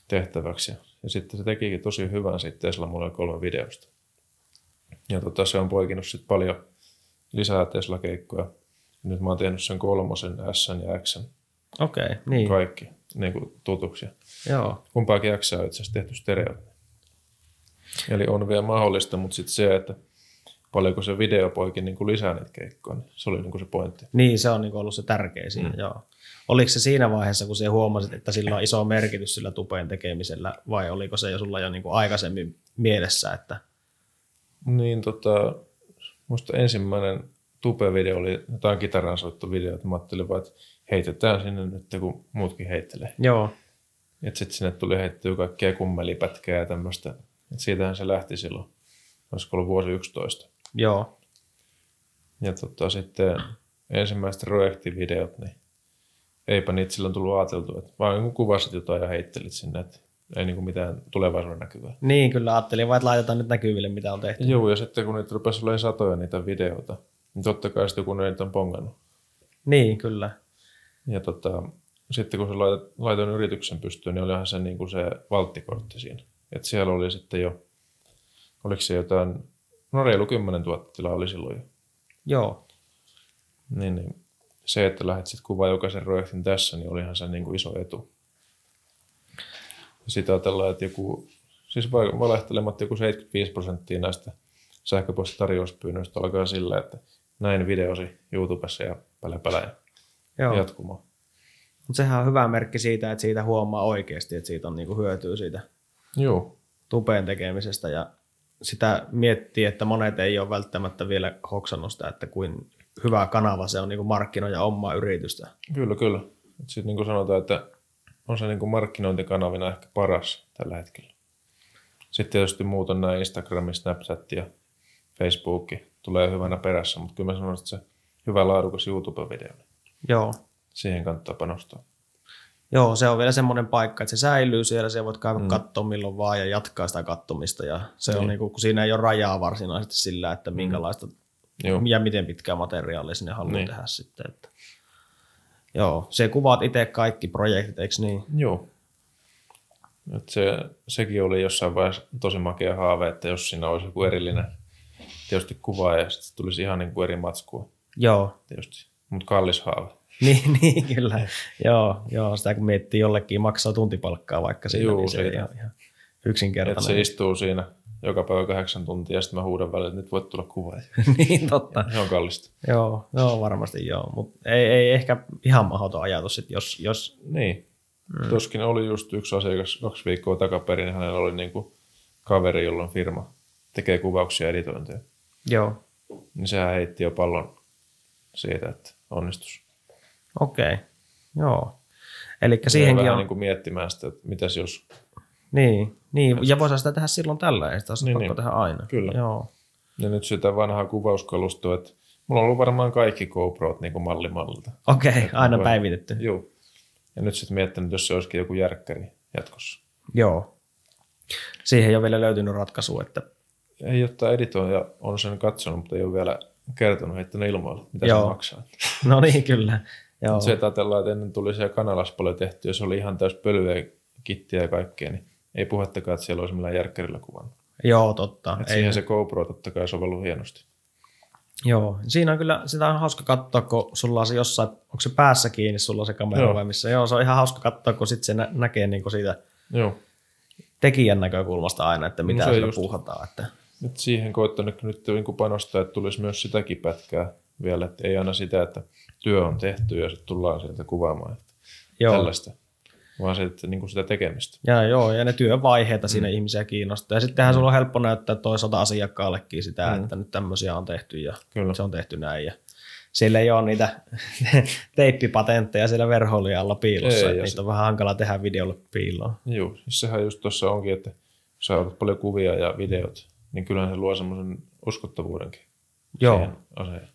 tehtäväksi. ja- Ja sitten se tekikin tosi hyvän siitä Tesla Model 3 videosta. Ja tota, se on poikinut sitten paljon lisää Tesla-keikkoja. Nyt mä oon tehnyt sen kolmosen, S ja X,
Okei, okay. niin. Kai.
kaikki niin kuin tutuksi.
Joo.
Kumpaakin jaksaa on itse asiassa tehty stereo. Eli on vielä mahdollista, mutta sitten se, että paljonko se videopoikin niin kuin lisää niitä keikkoja, niin se oli niin kuin se pointti.
Niin, se on niin ollut se tärkein siinä, mm. joo. Oliko se siinä vaiheessa, kun sinä huomasit, että sillä on iso merkitys sillä tupeen tekemisellä, vai oliko se jo sulla jo niin kuin aikaisemmin mielessä, että
Niin tota, musta ensimmäinen tupe-video oli jotain kitaran soittu video, että mä ajattelin vaan, että heitetään sinne nyt, kun muutkin heittelee.
joo,
Et sitten sinne tuli heittyä kaikkea kummelipätkää ja tämmöistä. Et siitähän se lähti silloin. Olisiko ollut vuosi 11.
joo,
Ja tota, sitten ensimmäiset projektivideot, niin eipä niitä silloin tullut ajateltu, että vaan kun kuvasit jotain ja heittelit sinne, että ei niinku mitään tulevaisuuden näkyvää.
niin kyllä ajattelin, vaan että laitetaan nyt näkyville, mitä on tehty.
Joo, ja sitten kun niitä rupesi olemaan satoja niitä videoita, niin totta kai sitten kun niitä on pongannut.
Niin, kyllä,
Ja tota, sitten kun se lait- laitoin yrityksen pystyyn, niin olihan se, niin kuin se valttikortti siinä. Et siellä oli sitten jo, oliko se jotain, no reilu 10 000 tilaa oli silloin jo.
joo,
Niin, niin. Se, että lähdet sitten kuvaa jokaisen projektin tässä, niin olihan se niin kuin iso etu. Ja sitä ajatellaan, että joku, siis va- valehtelematta joku 75 prosenttia näistä sähköpostitarjouspyynnöistä alkaa sillä, että näin videosi YouTubessa ja pälä pälä ja
joo.
jatkumaan.
Mutta sehän on hyvä merkki siitä, että siitä huomaa oikeasti, että siitä on niin kuin hyötyä siitä
Joo,
tupeen tekemisestä ja sitä miettii, että monet ei ole välttämättä vielä hoksannut sitä, että kuin hyvä kanava se on niin kuin markkinoida omaa yritystä.
kyllä, kyllä. Sitten niin kuin sanotaan, että on se niin kuin markkinointikanavina ehkä paras tällä hetkellä. Sitten tietysti muut on nämä Instagram, Snapchat ja Facebook tulee hyvänä perässä, mutta kyllä mä sanoisin, että se hyvä laadukas YouTube-video, niin
Joo.
siihen kannattaa panostaa.
Joo, se on vielä semmoinen paikka, että se säilyy siellä, se voit käydä mm. katsoa milloin vaan ja jatkaa sitä kattomista. Ja se niin. on
Niin.
niin kuin, kun siinä ei ole rajaa varsinaisesti sillä, että minkälaista
Joo.
ja miten pitkää materiaalia sinne haluaa Mm. niin.
Niin.
tehdä sitten. Että. Joo, se kuvaat itse kaikki projektit, eikö niin?
Joo. Et se, sekin oli jossain vaiheessa tosi makea haave, että jos siinä olisi joku erillinen tietysti kuvaaja, ja sitten tulisi ihan niin kuin eri matskua
Joo,
tietysti. Mutta kallis haave.
[LAUGHS] Niin, niin kyllä. joo, joo, sitä kun miettii jollekin maksaa tuntipalkkaa vaikka siinä, Juu,
Juu,
niin se on
siitä.
ihan, ihan
Että
yksinkertainen.
se istuu siinä joka päivä kahdeksan tuntia ja sitten mä huudan välillä, että nyt voit tulla kuvaaja.
[LAUGHS] niin totta.
Se on kallista.
Joo, joo, varmasti joo, mutta ei, ei ehkä ihan mahdoton ajatus, että jos, jos
Niin. Mm. Toskin oli just yksi asiakas kaksi viikkoa takaperin, hänellä oli niin kuin kaveri, jolla on firma, tekee kuvauksia ja editointeja.
joo,
Niin sehän heitti jo pallon siitä, että onnistus.
okei, okay. joo. Eli
Siihenkin
siihenkin
vähän niinku-
on,
niin kuin miettimään sitä, että mitäs jos
Niin, niin. ja voisi sitä tehdä silloin tällä, ei sitä ole
Niin,
niin, pakko
niin.
tehdä aina.
Kyllä.
Joo.
Ja nyt sitä vanhaa kuvauskalustoa, että mulla on ollut varmaan kaikki GoProt niin kuin mallimallilta.
Okei, okay, aina
voi-
päivitetty.
Joo. Ja nyt sitten miettinyt, jos se olisikin joku järkkäri jatkossa.
Joo. Siihen ei ole vielä löytynyt ratkaisu, että
Ei jotta editoija on sen katsonut, mutta ei ole vielä kertonut, että ne ilmoille, mitä Joo.
Joo.
se maksaa.
no niin kyllä. Joo.
Mut Se, että ajatellaan, että ennen tuli siellä kanalas paljon tehty, ja se oli ihan täys pölyä, kittiä ja kaikkea, niin ei puhettakaan, että siellä olisi millään järkkärillä kuvannut.
Joo, totta.
Et
Ei,
siihen se GoPro totta kai sovellu hienosti.
Joo, siinä on kyllä, sitä on hauska katsoa, kun sulla on se jossain, onko se päässä kiinni sulla se kamera
Joo.
vai missä. Joo, se on ihan hauska katsoa, kun sitten se nä- näkee niin kuin siitä
Joo.
tekijän näkökulmasta aina, että mitä
se
no,
on
sillä
just-
puuhataan. Että,
nyt siihen koittanut nyt niinku panostaa, että tulisi myös sitäkin pätkää vielä, että ei aina sitä, että työ on tehty ja sitten tullaan sieltä kuvaamaan että
joo.
tällaista, vaan se, että niinku sitä tekemistä.
Ja, joo, ja ne työvaiheita
Mm.
siinä ihmisiä kiinnostaa. Ja sittenhän sulla on helppo näyttää toisaalta asiakkaallekin sitä, mm.
Mm.
että nyt tämmöisiä on tehty ja
Kyllä.
se on tehty näin. Ja siellä ei ole niitä [LAUGHS] teippipatentteja siellä verhoilijan alla piilossa,
Ei,
ei, että
ja
niitä
sit-
on vähän hankala tehdä videolle piiloon.
Joo, siis sehän just tuossa onkin, että jos sä otat paljon kuvia ja videot, niin kyllähän se luo semmoisen uskottavuudenkin
Joo.
siihen aseen.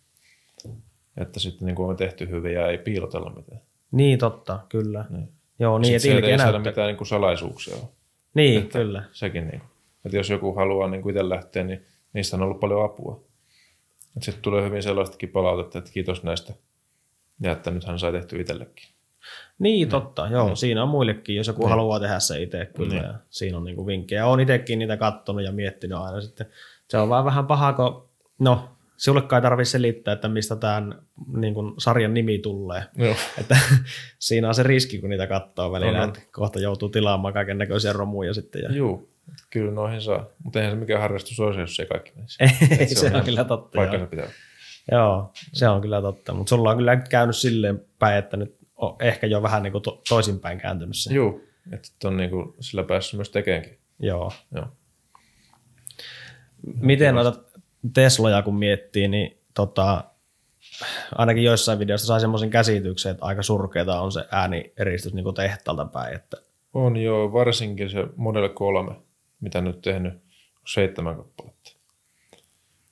Että sitten niinku on tehty hyvin ja ei piilotella mitään.
Niin totta, kyllä.
Niin.
Joo, niin,
Sitten
että
sieltä
ilkeä
ei saada
näyttää.
mitään niinku salaisuuksia ole.
Niin,
Että-
kyllä.
Sekin niin. Että jos joku haluaa niin itse lähteä, niin niistä on ollut paljon apua. Sitten tulee hyvin sellaistakin palautetta, että kiitos näistä. Ja että nythän sai tehty itsellekin. Mm.
Niin, totta. Joo, siinä on muillekin, jos joku haluaa tehdä se itse kyllä.
Niin.
Ja siinä on niinku vinkkejä. Olen itsekin niitä kattonut ja miettinyt aina sitten. Se on vaan vähän pahaa, kun no, sullekaan ei tarvitse selittää, että mistä tämän niin kuin, sarjan nimi tulee.
Joo.
Että [LAUGHS] siinä on se riski, kun niitä katsoo välillä,
On, on. Niin.
että kohta joutuu tilaamaan kaiken näköisiä romuja sitten. Ja...
Juu, että kyllä noihin saa. Mutta eihän se mikään harrastus olisi, jos ei kaikki menisi.
[LAUGHS] Ei,
Että
se, on
ihan
kyllä totta. joo.
Paikkansa pitää.
Joo, se on kyllä totta. Mutta sulla on kyllä käynyt silleen päin, että nyt on ehkä jo vähän niin kuin to- toisinpäin kääntynyt se.
Juu, että on niin kuin sillä päässyt myös tekeenkin.
Joo.
Joo.
Miten noita Tesloja kun miettii, niin tota, ainakin joissain videoissa sai semmoisen käsityksen, että aika surkeita on se äänieristys niin kuin tehtaalta päin. Että,
On jo varsinkin se Model 3, mitä nyt tehnyt, on seitsemän kappaletta.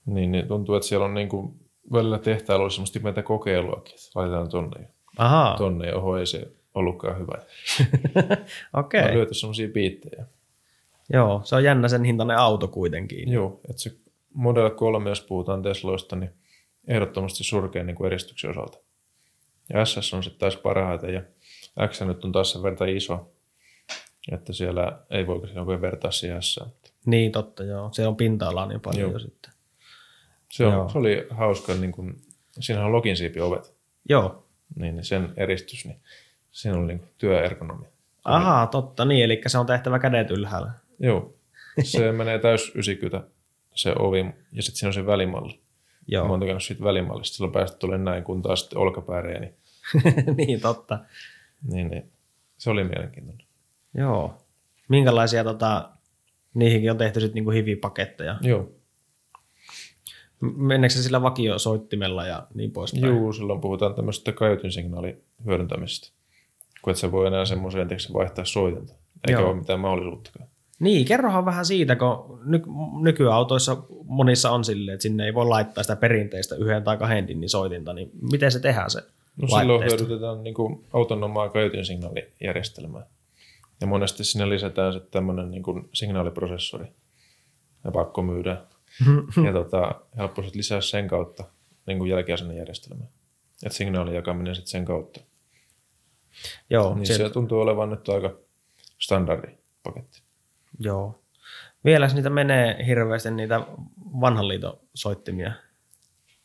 Niin, niin tuntuu, että siellä on niin kuin välillä tehtailla ollut semmoista meitä kokeiluakin, että laitetaan tonne ja
ahaa,
tonne ja oho, ei se ollutkaan hyvä.
okei.
Okay. On
Okay.
lyöty semmoisia biittejä.
Joo, se on jännä sen hintainen auto kuitenkin.
Joo, että se Model 3, jos puhutaan Tesloista, niin ehdottomasti surkein niin kuin eristyksen osalta. Ja SS on sitten taas parhaiten ja X nyt on taas sen verta iso, että siellä ei voi oikein vertaa siihen S.
Niin, totta joo. Siellä on pinta-alaa niin paljon
Joo.
jo sitten.
Se, on,
Joo.
se oli hauska, niin kun, siinähän on loginsiipi ovet,
Joo,
niin niin sen eristys, niin siinä oli niin kuin työergonomia.
ahaa, totta niin, eli se on tehtävä kädet ylhäällä.
Joo, [LAUGHS] se menee täys 90 se ovi, ja sitten siinä on se välimalli. Joo.
Joo.
Mä oon tykännyt siitä välimallista, silloin päästä tulee näin, kun taas sitten olkapääreen, niin,
[LAUGHS] niin, totta.
niin, niin, se oli mielenkiintoinen.
Joo. Minkälaisia tota, niihinkin on tehty sitten niinku hivipaketteja?
Joo,
M- Meneekö se sillä vakiosoittimella ja niin poispäin?
Juu, silloin puhutaan tämmöisestä kajotin signaali hyödyntämisestä, kun et sä voi enää semmoiseen tekstin vaihtaa soitinta, eikä
Joo.
ole mitään mahdollisuuttakaan.
Niin, kerrohan vähän siitä, kun ny- nykyautoissa monissa on silleen, että sinne ei voi laittaa sitä perinteistä yhden tai kahden dinnin soitinta, niin miten se tehdään se
No silloin hyödytetään niin kuin autonomaa kajotin signaalijärjestelmää. Ja monesti sinne lisätään sitten tämmöinen niin kuin signaaliprosessori. Ja pakko myydä. [LAUGHS] ja tota, helppo sit lisää sen kautta niin kuin jälkiasennejärjestelmää. Että signaalin jakaminen sitten sen kautta.
Joo,
Niin
sieltä-
se tuntuu olevan nyt aika standardi paketti.
Joo. Vieläs niitä menee hirveästi niitä vanhan liiton soittimia.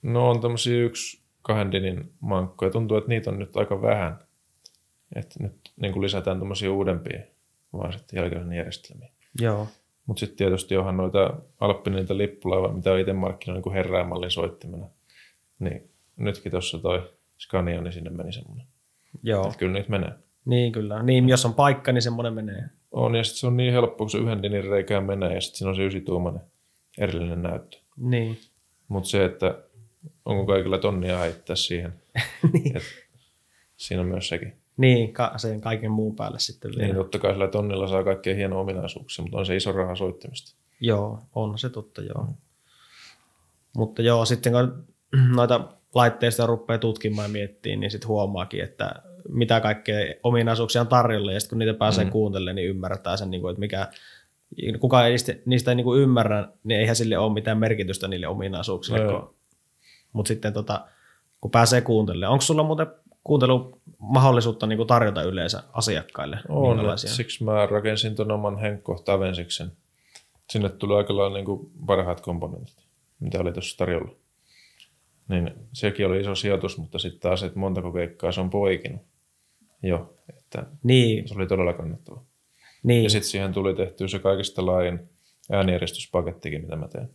No on tämmöisiä yksi kahden dinin mankkoja. Tuntuu, että niitä on nyt aika vähän. Että nyt niin kuin lisätään tämmöisiä uudempia vaan sitten jälkiasennejärjestelmiä.
Joo.
Mutta sitten tietysti onhan noita Alppinilta lippulaiva, mitä on itse markkinoinut niin heräämallin soittimena. Niin nytkin tuossa toi Scania, niin sinne meni semmoinen.
Joo.
Että kyllä niitä menee.
Niin kyllä. Niin, jos on paikka, niin semmoinen menee.
On, ja sitten se on niin helppo, kun se yhden dinin reikään menee, ja sitten siinä on se ysituumainen erillinen näyttö.
Niin.
Mutta se, että
[LAUGHS]
onko kaikilla tonnia heittää siihen, niin. siinä on myös sekin.
Niin, ka- sen kaiken muun päälle sitten vielä.
Niin totta kai sillä tonnilla saa kaikkea hienoja ominaisuuksia, mutta on se iso raha soittimista.
Joo, on se totta, joo. Mutta joo, sitten kun noita laitteista rupeaa tutkimaan ja miettimään, niin sitten huomaakin, että mitä kaikkea ominaisuuksia on tarjolla, ja sitten kun niitä pääsee mm. kuuntelemaan, niin ymmärtää sen, niin kuin, että mikä, kukaan ei niistä, niistä ei niin kuin ymmärrä, niin eihän sille ole mitään merkitystä niille ominaisuuksille.
Joo.
No, Mutta sitten tota, kun pääsee kuuntelemaan, onko sulla muuten kuuntelumahdollisuutta niin kuin tarjota yleensä asiakkaille?
On, et
Minkälaisia?
siksi mä rakensin tuon oman Henkko Tavensiksen. Sinne tuli aika lailla niin kuin parhaat komponentit, mitä oli tuossa tarjolla. Niin sekin oli iso sijoitus, mutta sitten taas, että montako keikkaa se on poikinut. Joo, että
Niin,
se oli todella kannattava.
niin.
Ja sitten siihen tuli tehtyä se kaikista laajin äänieristyspaketti, mitä mä teen.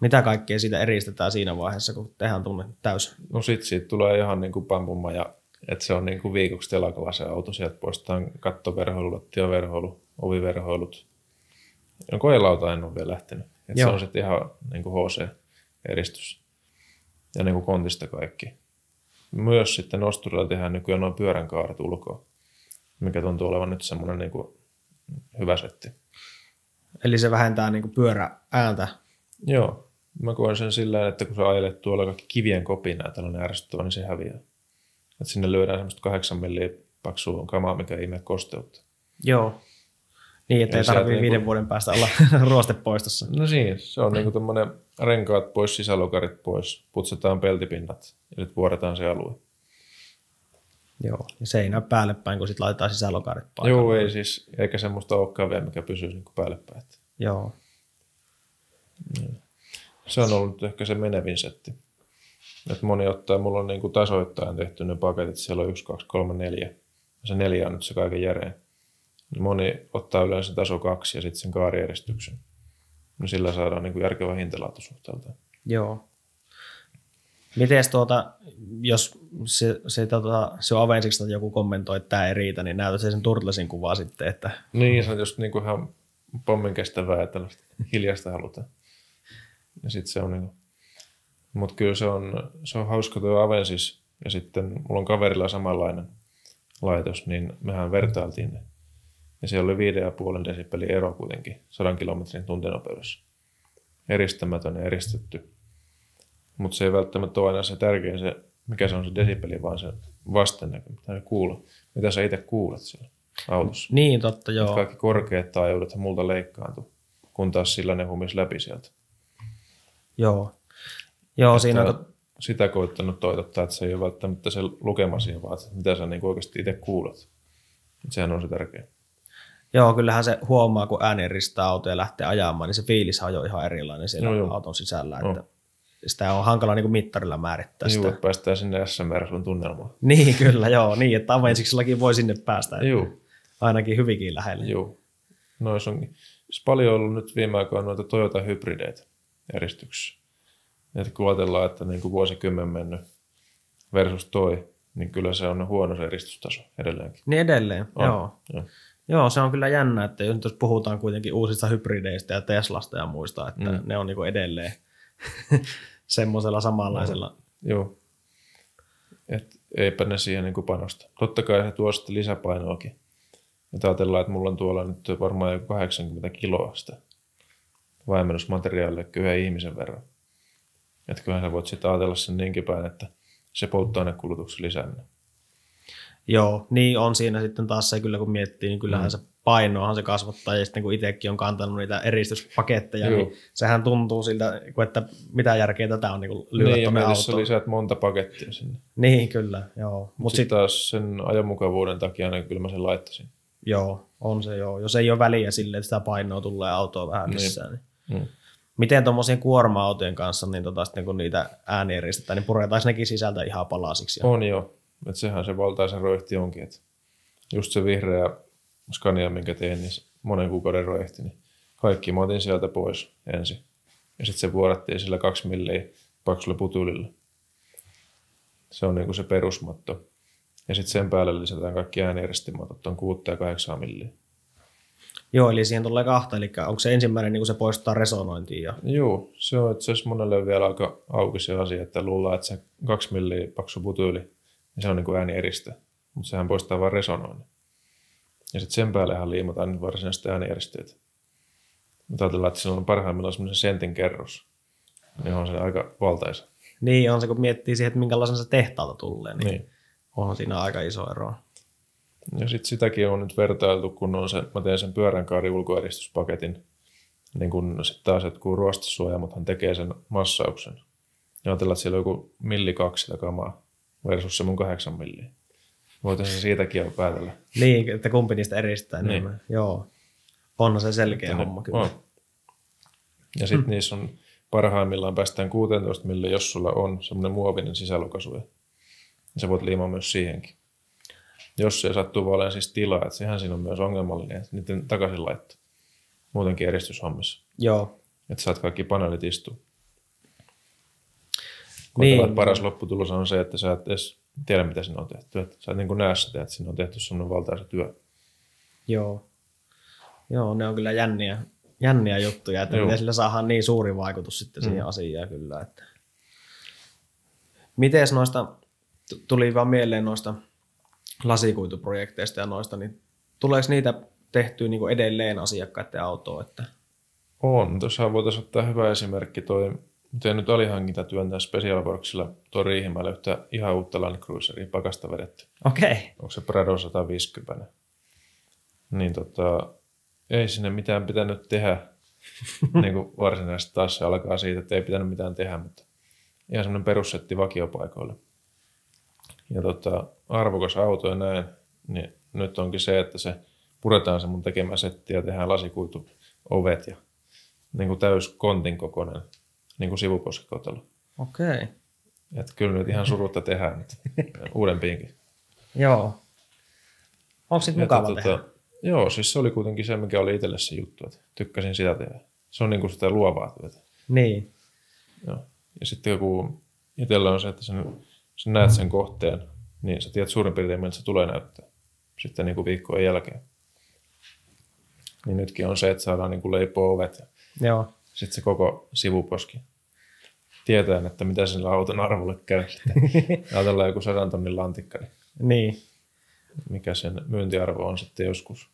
mitä kaikkea siitä eristetään siinä vaiheessa, kun tehdään tuonne täys.
No sit siitä tulee ihan niin kuin pampumma ja että se on niin kuin viikoksi telakalla se auto. Sieltä poistetaan kattoverhoilu, lattiaverhoilu, oviverhoilut. No koelauta en ole vielä lähtenyt. Et se
Joo.
on sitten ihan niin kuin HC-eristys. Ja niin kuin kontista kaikki. Myös sitten nosturilla tehdään nykyään noin pyörän kaaret ulkoa, mikä tuntuu olevan nyt semmoinen niin kuin hyvä setti.
Eli se vähentää niin pyörä ääntä.
Joo. Mä koen sen sillä tavalla, että kun sä ajelet tuolla kaikki kivien kopinaa tällainen ärsyttävä, niin se häviää. Et sinne lyödään semmoista kahdeksan milliä paksua kamaa, mikä ei mene kosteutta.
Joo. Niin, että
Eli
ei
sieltä
tarvitse
niinku-
viiden vuoden päästä olla [LAUGHS] ruostepoistossa.
No siinä, se on niinku tämmönen renkaat pois, sisälokarit pois, putsataan peltipinnat ja nyt vuodetaan se alue.
Joo. Ja seinä päälle päin, kun sitten laitetaan sisälokarit paikalle.
Joo, ei siis, eikä semmoista olekaan vielä, mikä pysyisi niinku päälle päin.
Joo.
Se on ollut nyt ehkä se menevin setti. Et moni ottaa, mulla on niinku tasoittain tehty ne paketit, siellä on 1, 2, 3, 4. Ja se neljä on nyt se kaiken järeen. Moni ottaa yleensä taso kaksi ja sitten sen kaarieristyksen. No sillä saadaan niinku järkevä hintalaatu suhteelta.
Joo. Mites tuota, jos se, se, tota, se on avensiksi joku kommentoi, että tämä ei riitä, niin näytät sen Turtlesin kuvaa sitten, että
Niin, se on just niinku ihan pommin kestävää ja tällaista hiljaista halutaan. Ja sit se on niinku... Mut kyllä se on, se on hauska tuo Avensis. Ja sitten mulla on kaverilla samanlainen laitos, niin mehän vertailtiin ne. Ja siellä oli viiden ja puolen desibelin ero kuitenkin sadan kilometrin tuntinopeudessa. Eristämätön ja eristetty. Mutta se ei välttämättä ole aina se tärkein se, mikä se on se desibeli, vaan se vastennäkö, mitä sä kuulet, mitä sä itse kuulet siellä autossa.
niin totta joo.
Joo. Kaikki korkeat taajuudethan multa leikkaantu, kun taas sillä ne humis läpi sieltä.
Joo. Joo, siinä
Tää-
kun
Sitä koittanut toitottaa, että se ei ole välttämättä se lukema siihen, vaan että mitä sä niin oikeasti itse kuulet. Et Sehän on se tärkeä.
Joo, kyllähän se huomaa, kun ääni ristää autoa ja lähtee ajamaan, niin se fiilis on jo ihan erilainen siellä
Joo,
no,
joo.
auton sisällä.
On.
Että sitä on hankala niin mittarilla määrittää
Juu,
sitä.
että päästään sinne smr sun tunnelmaan.
[LAUGHS] Niin, kyllä, joo. Niin, että avensiksellakin voi sinne päästä. että
Juu,
Ainakin hyvinkin lähelle.
juu. Nois onkin. Siis paljon on ollut nyt viime aikoina noita Toyota-hybrideitä eristyksissä. Että kun ajatellaan, että niin kuin vuosikymmen mennyt versus toi, niin kyllä se on huono se eristystaso edelleenkin.
Niin edelleen,
On,
joo.
joo.
Joo, se on kyllä jännä, että jos nyt jos puhutaan kuitenkin uusista hybrideistä ja Teslasta ja muista, että
Mm.
mm. ne on niin edelleen [LAUGHS] semmoisella samanlaisella.
Joo. Et eipä ne siihen niin panosta. Totta kai se tuo sitten lisäpainoakin. Et ajatellaan, että mulla on tuolla nyt varmaan joku 80 kiloa sitä vaimennusmateriaalia yhden ihmisen verran. Et kyllähän sä voit sitten ajatella sen niinkin päin, että se polttoainekulutuksen lisääminen.
Joo, niin on siinä sitten taas se kyllä, kun miettii, niin kyllähän mm. se painoahan se kasvattaa, ja sitten kun itsekin on kantanut niitä eristyspaketteja,
Joo.
niin sehän tuntuu siltä, kun että mitä järkeä tätä on niin lyödä
Niin,
niin,
ja
tuonne
mieti, sä
autoon.
lisäät monta pakettia sinne.
Niin, kyllä, joo. Mutta
Mutta
sit,
sitten taas sen ajomukavuuden takia, niin kyllä mä sen laittaisin.
joo, on se joo. Jos ei ole väliä sille, että sitä painoa tulee autoa vähän
Niin.
lisää, niin.
Mm.
Miten tuommoisen kuorma-autojen kanssa niin tota, sitten kun niitä ääniä eristetään, niin puretaanko nekin sisältä ihan palasiksi? Ja...
On joo. Et sehän se valtaisen roihti onkin. Et just se vihreä Scania, minkä tein, niin se monen kuukauden roihti, niin kaikki mä otin sieltä pois ensin. Ja sitten se vuodattiin sillä kaksi milliä paksulla putulilla. Se on niinku se perusmatto. Ja sitten sen päälle lisätään kaikki äänijärjestelmät, on 6 ja 8 milliä.
Joo, eli siihen tulee kahta, eli onko se ensimmäinen, niin kun se poistaa resonointia ja
Joo, se on itse asiassa monelle vielä aika auki se asia, että luullaan, että se kaksi milliä paksu putuli, niin se on niin kuin ääni eristä. mutta sehän poistaa vain resonoinnin. Ja sitten sen päällehän liimataan nyt varsinaisesti äänijärjesteitä. Mutta ajatellaan, että sillä on parhaimmillaan semmoisen sentin kerros. Niin on se aika valtaisa.
Niin on se, kun miettii siihen, että minkälaisen se tehtaalta tulee, niin, niin.
Niin.
on siinä aika iso ero.
Ja sitten sitäkin on nyt vertailtu, kun on se, mä teen sen pyöränkaari ulkoedistyspaketin, niin kun sitten taas jotkut ruostesuojaamothan tekee sen massauksen. Ja ajatellaan, että siellä on joku milli kaksi sitä kamaa versus se mun kahdeksan milliä. Voitaisiin se siitäkin jo päätellä.
Niin, että kumpi niistä eristää
Niin.
enemmän. Joo. On se selkeä
Tänne-
homma kyllä.
On. Ja sitten niissä on parhaimmillaan päästään 16 mille, jos sulla on semmoinen muovinen sisälukasuja. Ja sä voit liimaa myös siihenkin. Jos se sattuu vaan olemaan siis tilaa, että sehän siinä on myös ongelmallinen, että niiden takaisin laittaa. Muutenkin eristyshommissa.
Joo.
Että saat kaikki paneelit istua.
Niin.
Niin. paras lopputulos on se, että sä et edes tiedä, mitä sinne on tehty. Et sä et niin näe sitä, että sinne on tehty semmoinen valtaisa työ.
Joo. Joo, ne on kyllä jänniä, jänniä juttuja, että
Joo. Mm.
miten sillä saadaan niin suuri vaikutus sitten siihen asiaan kyllä. Että. Mites noista, t- tuli vaan mieleen noista lasikuituprojekteista ja noista, niin tuleeko niitä tehtyä niin edelleen asiakkaiden autoon? Että,
On. Tuossa voitaisiin ottaa hyvä esimerkki toi, miten nyt alihankintatyön tässä Special Worksilla tuo Riihimäelle yhtä ihan uutta Land Cruiseria pakasta vedetty.
Okei.
Onko se Prado 150? Niin tota, ei sinne mitään pitänyt tehdä. niin kuin varsinaisesti taas se alkaa siitä, että ei pitänyt mitään tehdä, mutta ihan semmoinen perussetti vakiopaikoille. Ja tota, arvokas auto ja näin, niin nyt onkin se, että se puretaan se mun tekemä setti ja tehdään lasikuitu ovet ja niin kuin täys kontin kokoinen niin kuin sivuposkikotelo.
Okei.
Että kyllä nyt ihan surutta tehdään nyt uudempiinkin.
Joo. Onko sitten
Että tota-
Siis mukava tehdä?
Joo, siis se oli kuitenkin se, mikä oli itselle se juttu, että tykkäsin sitä tehdä. Se on niin kuin sitä luovaa työtä.
Niin.
Joo. Ja sitten kun itsellä on se, että sä, sä näet sen kohteen, niin sä tiedät suurin piirtein, miltä se tulee näyttää sitten niin kuin viikkojen jälkeen. Niin nytkin on se, että saadaan niin kuin leipoa ovet ja [LAUGHS]
Joo.
sitten se koko sivuposki. Tietään, että mitä sillä auton arvolle
[LAUGHS]
käy sitten. Ajatellaan joku sadan tonnin lantikka, niin
Niin.
mikä sen myyntiarvo on sitten joskus.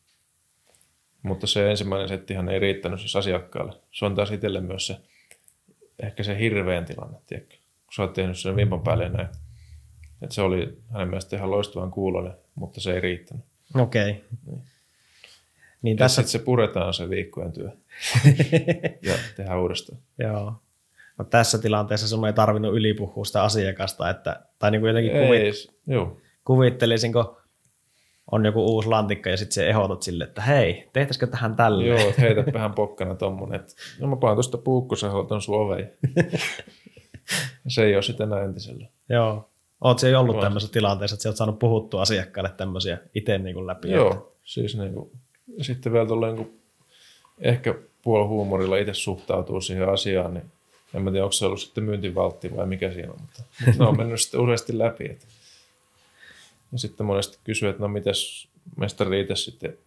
Mutta se ensimmäinen settihan ei riittänyt siis asiakkaalle. Se on taas itselle myös se, ehkä se hirveän tilanne, tiedätkö? kun sä oot tehnyt sen vimpan päälle ja näin. Et se oli hänen mielestään ihan loistavan kuulonen, mutta se ei riittänyt.
Okei. Niin. niin
Ja
tässä
sitten se puretaan se viikkojen
[LAUGHS]
työ ja tehdään uudestaan.
Joo. No tässä tilanteessa sun ei tarvinnut ylipuhua sitä asiakasta, että, tai niin kuin jotenkin kuvit,
Ei, s- juu,
kuvittelisin, kun on joku uusi lantikka ja sitten se ehdotat sille, että hei, tehtäisikö tähän tälle?
joo, et heitä vähän pokkana tommonen, että no mä paan tuosta puukkosaholton
[LAUGHS]
suoveen. se ei ole sitä enää entisellä.
Joo. Oot siellä ollut
Vaan-
tämmöisessä tilanteessa, että sä oot saanut puhuttua asiakkaalle tämmöisiä itse niin kuin läpi. Että,
Joo, siis niin kuin, sitten vielä tolleen, kun ehkä puolihuumorilla itse suhtautuu siihen asiaan, niin en mä tiedä, onko se ollut sitten myyntivaltti vai mikä siinä on, mutta, mutta
[LAUGHS]
ne on mennyt sitten useasti läpi. Että. Ja sitten monesti kysyy, että no mitäs mestari itse sitten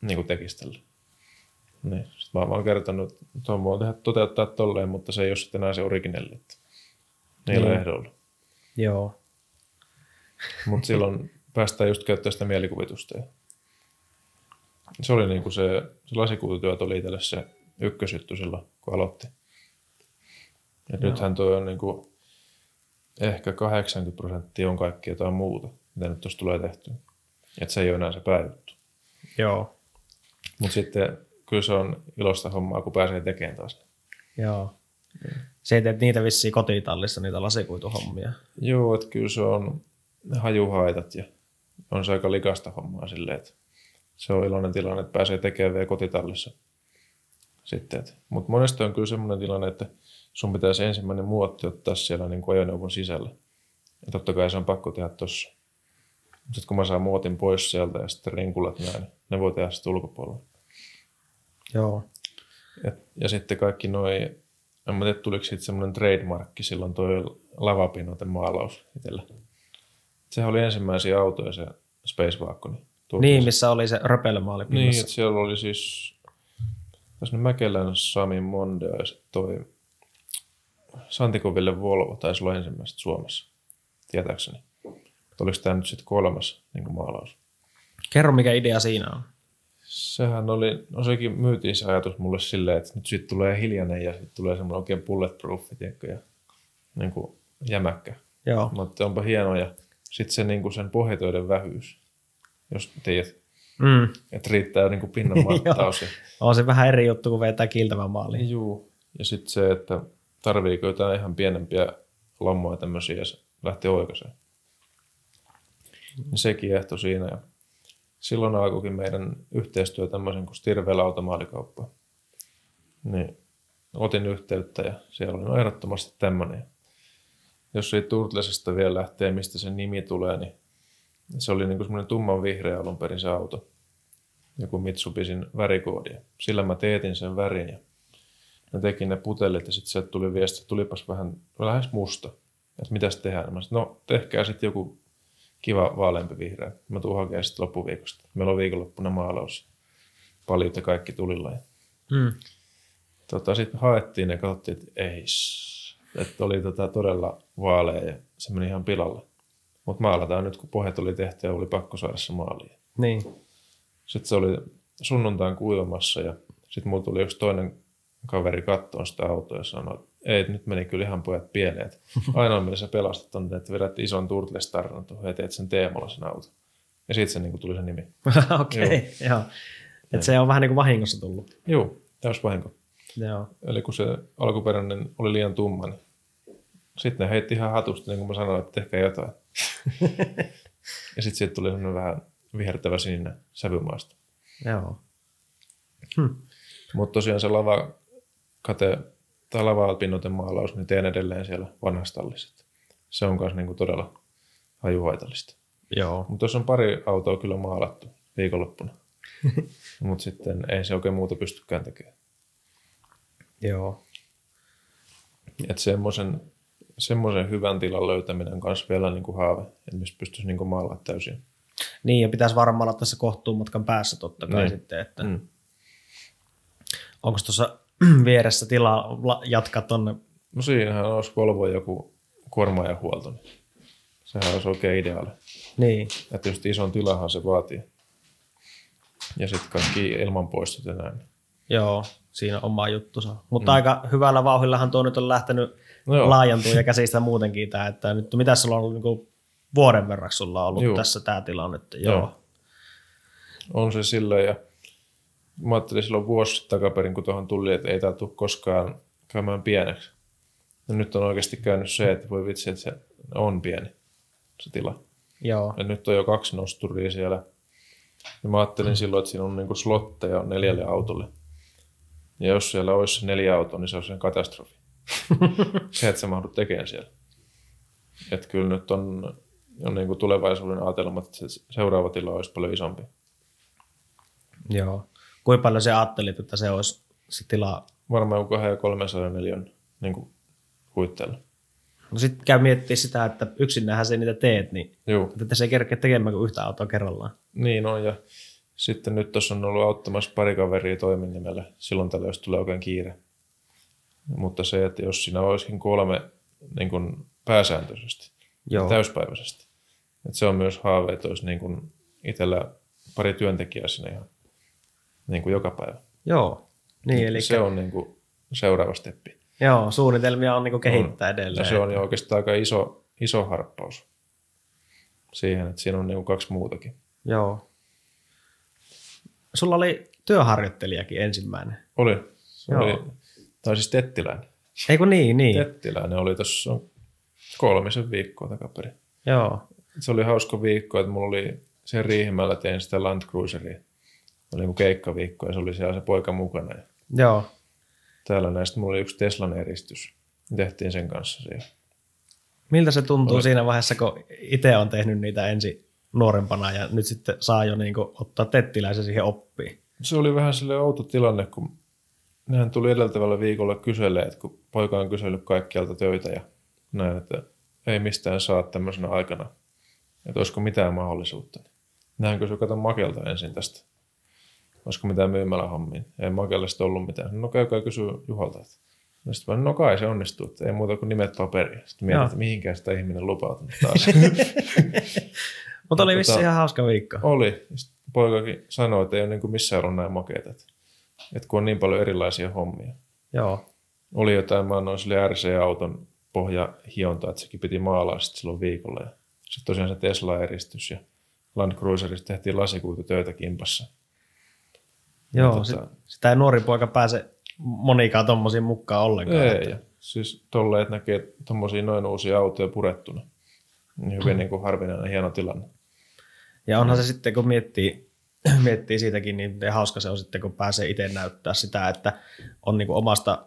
niin kuin tekisi tälle. Niin, sitten mä oon vaan kertonut, että tuon voi tehdä toteuttaa tolleen, mutta se ei ole sitten enää se originelli. että Niillä
Niin.
ehdolla.
joo.
Mutta silloin päästään just käyttämään sitä mielikuvitusta. Se oli niinku se, se lasikuitutyöt oli itselle se ykkösjuttu silloin, kun aloitti. Ja nythän toi on niinku, ehkä 80 prosenttia on kaikki jotain muuta, mitä nyt tuossa tulee tehtyä. Et se ei ole enää se pääjuttu.
Joo.
Mutta sitten kyllä se on ilosta hommaa, kun pääsee tekemään taas.
Joo. Se teet niitä vissiin kotitallissa, niitä lasikuituhommia.
Joo, että kyllä se on hajuhaitat ja on se aika likasta hommaa silleen, että se on iloinen tilanne, että pääsee tekemään vielä kotitallissa. Sitten, mutta monesti on kyllä semmoinen tilanne, että sun pitää se ensimmäinen muotti ottaa siellä niin kuin ajoneuvon sisällä. Ja totta kai se on pakko tehdä tossa. Sitten kun mä saan muotin pois sieltä ja sitten rinkulat näin, ne voi tehdä sitten ulkopuolella.
Joo.
Ja, ja sitten kaikki noi, en mä tiedä tuliko siitä semmoinen trademarkki silloin toi lavapinoten maalaus itsellä. Sehän oli ensimmäisiä autoja se Space Wagon.
Niin, missä oli se röpelmaali
niin että siellä oli siis tässä nyt Mäkelän Sami Mondeo ja sitten toi Santikoville Volvo taisi olla ensimmäiset Suomessa, tietääkseni. Että oliko tämä nyt sitten kolmas niin maalaus?
Kerro, mikä idea siinä on.
Sehän oli, no sekin myytiin se ajatus mulle silleen, että nyt siitä tulee hiljainen ja sitten tulee semmoinen oikein bulletproof, tiedätkö, ja niin kuin jämäkkä.
Joo.
Mutta onpa hieno ja sitten se niin kuin sen pohjatöiden vähyys, jos tiedät,
Mm.
että riittää niin kuin pinnan mattaus. ja,
On se vähän eri juttu, kun vetää kiiltävän maaliin.
juu. ja sitten se, että tarviiko jotain ihan pienempiä lammoja tämmöisiä ja se lähtee oikaiseen. Ja sekin ehtoi siinä ja silloin alkoikin meidän yhteistyö tämmöisen kuin Stirvel automaalikauppa. Niin otin yhteyttä ja siellä oli no ehdottomasti tämmöinen. Jos ei Turtlesesta vielä lähtee, mistä sen nimi tulee, niin se oli niin semmoinen tumman vihreä alun perin se auto. Joku Mitsubisin värikoodi. Ja Sillä mä teetin sen värin ja ne teki ne putelit ja sitten sieltä tuli viesti, että tulipas vähän lähes musta. Että mitäs tehdään? Mä sanoin, no tehkää sitten joku kiva vaaleampi vihreä. Mä tuun hakemaan sitten loppuviikosta. Meillä on viikonloppuna maalaus. Paljon ja kaikki tulilla. Ja
Mm.
tota, sitten haettiin ja katsottiin, että ei. s- Että oli tota todella vaalea ja se meni ihan pilalle. Mutta maalataan nyt, kun pohjat oli tehty ja oli pakko saada se maaliin.
Niin.
Sitten se oli sunnuntain kuivamassa ja sitten mulla tuli yksi toinen kaveri kattoon sitä autoa ja sanoi, että ei, että nyt meni kyllä ihan pojat pieleen. että Ainoa, millä sä pelastat on, että vedät ison Turtles-tarinan tuohon ja teet sen teemalla sen auton. Ja siitä se niin tuli se nimi.
[LAUGHS] Okei, okay, joo. Et se on vähän niin kuin vahingossa tullut.
Joo, täys vahinko.
Joo.
Eli kun se alkuperäinen oli liian tumma, niin sitten ne heitti ihan hatusta, niin kuin mä sanoin, että tehkää jotain. ja sitten siitä tuli semmoinen vähän vihertävä sininen sävymaasta.
joo.
Mutta tosiaan se lava kate tai lava-alpinoten maalaus, niin teen edelleen siellä vanhastalliset. Se on myös niinku todella hajuhaitallista.
Joo.
Mutta tuossa on pari autoa kyllä maalattu viikonloppuna. Mutta sitten ei se oikein muuta pystykään tekemään.
Joo.
Että semmoisen, semmoisen hyvän tilan löytäminen on myös vielä niinku haave, että missä pystyisi niinku maalaa täysin.
Niin, ja pitäisi varmaan olla tässä kohtuun matkan päässä totta kai
Niin.
sitten, että mm.
Mm.
onko tuossa [CLEARS THROAT] vieressä tilaa la- jatkaa tonne.
No siinähän olisi Volvo joku kuorma ja huolto. niin Sehän olisi oikein ideaali.
Niin,
Ja tietysti ison tilahan se vaatii. Ja sitten kaikki ilmanpoistot ja näin.
joo, siinä on oma juttunsa. Mutta mm. aika hyvällä vauhillahan tuo nyt on lähtenyt
No
no
joo.
laajentua ja käsistä muutenkin tämä, että nyt mitä sulla on ollut niin kuin vuoden verran sulla on ollut
Juu.
tässä tämä tilanne, että joo. joo.
Joo. On se sillä ja mä ajattelin silloin vuosi sitten takaperin, kun tuohon tuli, että ei tää tule koskaan käymään pieneksi. Ja nyt on oikeasti käynyt se, että voi vitsi, että se on pieni se tila.
Joo,
Ja nyt on jo kaksi nosturia siellä. Ja mä ajattelin silloin, että siinä on niinku slotteja neljälle autolle. Ja jos siellä olisi se neljä autoa, niin se olisi ihan katastrofi. se, että sä mahdut tekemään siellä. Et kyllä nyt on, on niinku tulevaisuuden ajatelmat, että se seuraava tila olisi paljon isompi.
joo. Kuinka paljon sä ajattelit, että se olisi se tila
Varmaan joku 200 ja 300 neljän niinku huitteella.
No sitten käy miettiä sitä, että yksinähän se niitä teet, niin
Joo,
että se ei kerkeä tekemään kuin yhtä autoa kerrallaan.
niin on. Ja sitten nyt tuossa on ollut auttamassa pari kaveria toiminimellä silloin tällä, jos tulee oikein kiire. Mutta se, että jos siinä olisikin kolme niin kuin pääsääntöisesti,
Joo.
täyspäiväisesti. Et se on myös haave, että olisi niin kuin itsellä pari työntekijää siinä ihan niin kuin joka päivä.
Joo. Niin, eli
Se on niin kuin seuraava steppi.
joo, suunnitelmia on niinku kehittää edelleen.
Ja se on jo oikeastaan aika iso, iso harppaus siihen, että siinä on niin kuin kaksi muutakin.
Joo. Sulla oli työharjoittelijakin ensimmäinen.
Oli. Se
Joo.
oli tai siis Tettiläinen.
Eikö niin, niin.
Tettiläinen oli tuossa kolmisen viikkoa takaperin.
Joo.
Se oli hauska viikko, että mulla oli sen Riihimäellä tein sitä Land Cruiseria. Oli niin keikkaviikko ja se oli siellä se poika mukana. Ja
Joo.
täällä näistä mulla oli yksi Teslan eristys. Me Tehtiin sen kanssa siellä.
Miltä se tuntuu
Olet-
siinä vaiheessa, kun itse on tehnyt niitä ensin nuorempana ja nyt sitten saa jo niinku ottaa tettiläisen siihen oppiin?
Se oli vähän sille outo tilanne, kun nehän tuli edeltävällä viikolla kyselee, että kun poika on kysellyt kaikkialta töitä ja näin, että ei mistään saa tämmöisenä aikana, että olisiko mitään mahdollisuutta. Nehän kysyi, kato Makelta ensin tästä. Olisiko mitään myymälähommiin? Ei Makelle sitten ollut mitään. No käykää kysyä Juhalta, että No sitten vaan, no kai se onnistuu, että ei muuta kuin nimet paperiin. Sitten mietin,
Joo.
että mihinkään sitä ihminen lupautunut taas.
Mutta oli
Mutta
vissi
tota-
ihan hauska viikko.
oli. Ja Sitten poikakin sanoi, että ei ole niin kuin missään ollut näin makeita. Että, että kun on niin paljon erilaisia hommia. No,
Joo.
Oli jotain, mä annoin sille RC-auton pohjahiontaa, että sekin piti maalaa sitten silloin viikolla. Ja sitten tosiaan se Tesla-eristys ja Land Cruiserista tehtiin lasikuitutöitä kimpassa.
Joo,
Tota-
sit, sitä ei nuori poika pääse monikaan tommosiin mukaan ollenkaan.
Ei, ja siis tolleen, että näkee tuommoisia noin uusia autoja purettuna. Niin
[CLEARS THROAT]
Hyvin niin kuin harvinainen hieno tilanne.
Ja
Mm.
onhan se sitten, kun miettii, [CLEARS THROAT] miettii siitäkin, niin miten hauska se on sitten, kun pääsee itse näyttää sitä, että on niin kuin omasta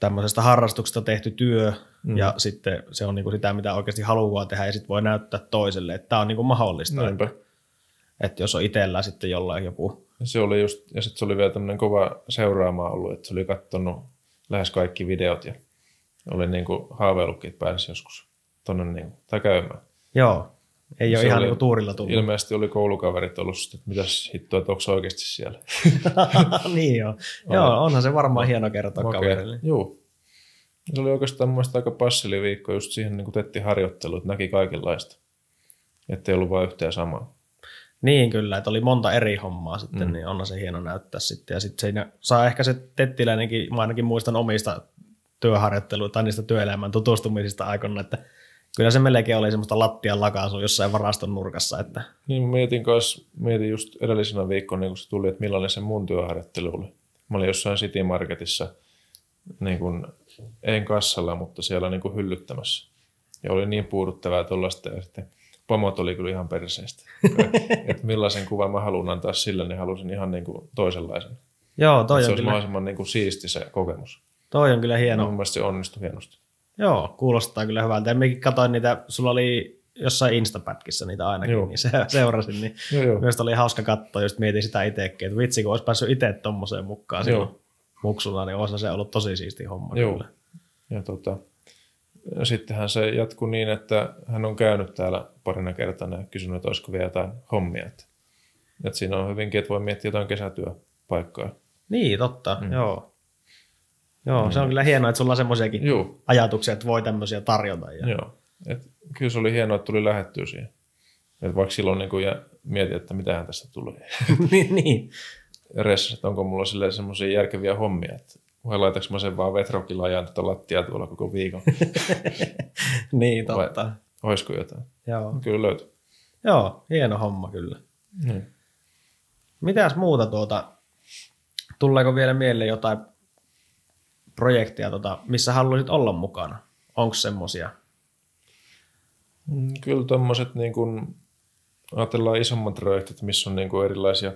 tämmöisestä harrastuksesta tehty työ, mm. ja sitten se on niin kuin sitä, mitä oikeasti haluaa tehdä, ja sitten voi näyttää toiselle, että tämä on niin kuin mahdollista.
Näinpä.
Että jos on itsellä sitten jollain joku,
Ja se oli just, ja sitten se oli vielä tämmöinen kova seuraama ollut, että se oli kattonut lähes kaikki videot ja oli niin kuin haaveillutkin, että pääsisi joskus tonne niin kuin, tai käymään.
joo, ei ole
Se
ihan
oli-
niin kuin tuurilla tullut.
Ilmeisesti oli koulukaverit ollut, sit, että mitäs hittoa, että onko se oikeasti siellä.
[LAUGHS] niin joo. joo, onhan se varmaan hieno kertoa
Makea.
kaverille.
Juu. Ja Se oli oikeastaan mun mielestä aika passeli viikko just siihen niin tetti harjoittelu, että näki kaikenlaista. Että ei ollut vain yhtä ja samaa.
Niin kyllä, että oli monta eri hommaa sitten, mm. niin onhan se hieno näyttää sitten. Ja sitten siinä saa ehkä se tettiläinenkin, mä ainakin muistan omista työharjoitteluista tai niistä työelämän tutustumisista aikana, että kyllä se melkein oli semmoista lattian lakaisua jossain varaston nurkassa, että
Niin mä mietin kanssa, mietin just edellisenä viikkona, niin kun se tuli, että millainen se mun työharjoittelu oli. Mä olin jossain City Marketissa, niin kun, en kassalla, mutta siellä niin kun hyllyttämässä. Ja oli niin puuduttavaa tuollaista, ja sitten pomot oli kyllä ihan
[LAUGHS]
perseistä. että millaisen kuvan mä haluan antaa sille, niin halusin ihan niin kuin toisenlaisen.
joo, toi
se
on,
olisi
kyllä,
mahdollisimman niin kuin siisti se kokemus.
toi on kyllä hieno.
No. Mun mielestä se onnistui hienosti.
Joo, kuulostaa kyllä hyvältä. Ja mekin katsoin niitä, sulla oli jossain Instapätkissä niitä ainakin,
Joo.
niin se [LAUGHS] seurasin, niin
Joo, joo.
Myös oli hauska katsoa, just mietin sitä itsekin, että vitsi kun olisi päässyt itse tommoseen mukaan
Joo.
silloin muksuna, niin olisi se ollut tosi siisti homma
Joo.
kyllä.
Ja tota, ja sittenhän se jatkuu niin, että hän on käynyt täällä parina kertana ja kysynyt, että olisiko vielä jotain hommia. Että, että siinä on hyvinkin, että voi miettiä jotain kesätyöpaikkaa.
Niin, totta, mm. joo. Joo, mm. se on kyllä hienoa, että sulla on semmoisiakin
Joo,
ajatuksia, että voi tämmöisiä tarjota. Ja...
joo. Et, kyllä se oli hienoa, että tuli lähettyä siihen. Et vaikka silloin niin kuin, ja mietin, että mitähän tästä tulee.
[LAUGHS] niin, niin.
Ressas, että onko mulla silleen semmoisia järkeviä hommia, että vai laitaks mä sen vaan vetrokilla ajan tätä lattiaa tuolla koko [LAUGHS] viikon.
niin,
Vai-
totta. Vai...
Olisiko jotain?
Joo.
Kyllä löytyy.
joo, hieno homma kyllä.
Niin.
Mitäs muuta tuota, tuleeko vielä mieleen jotain projektia, tuota, missä haluaisit olla mukana? Onko semmoisia?
Mm, Kyllä tuommoiset, niin kun ajatellaan isommat projektit, missä on niin kun erilaisia,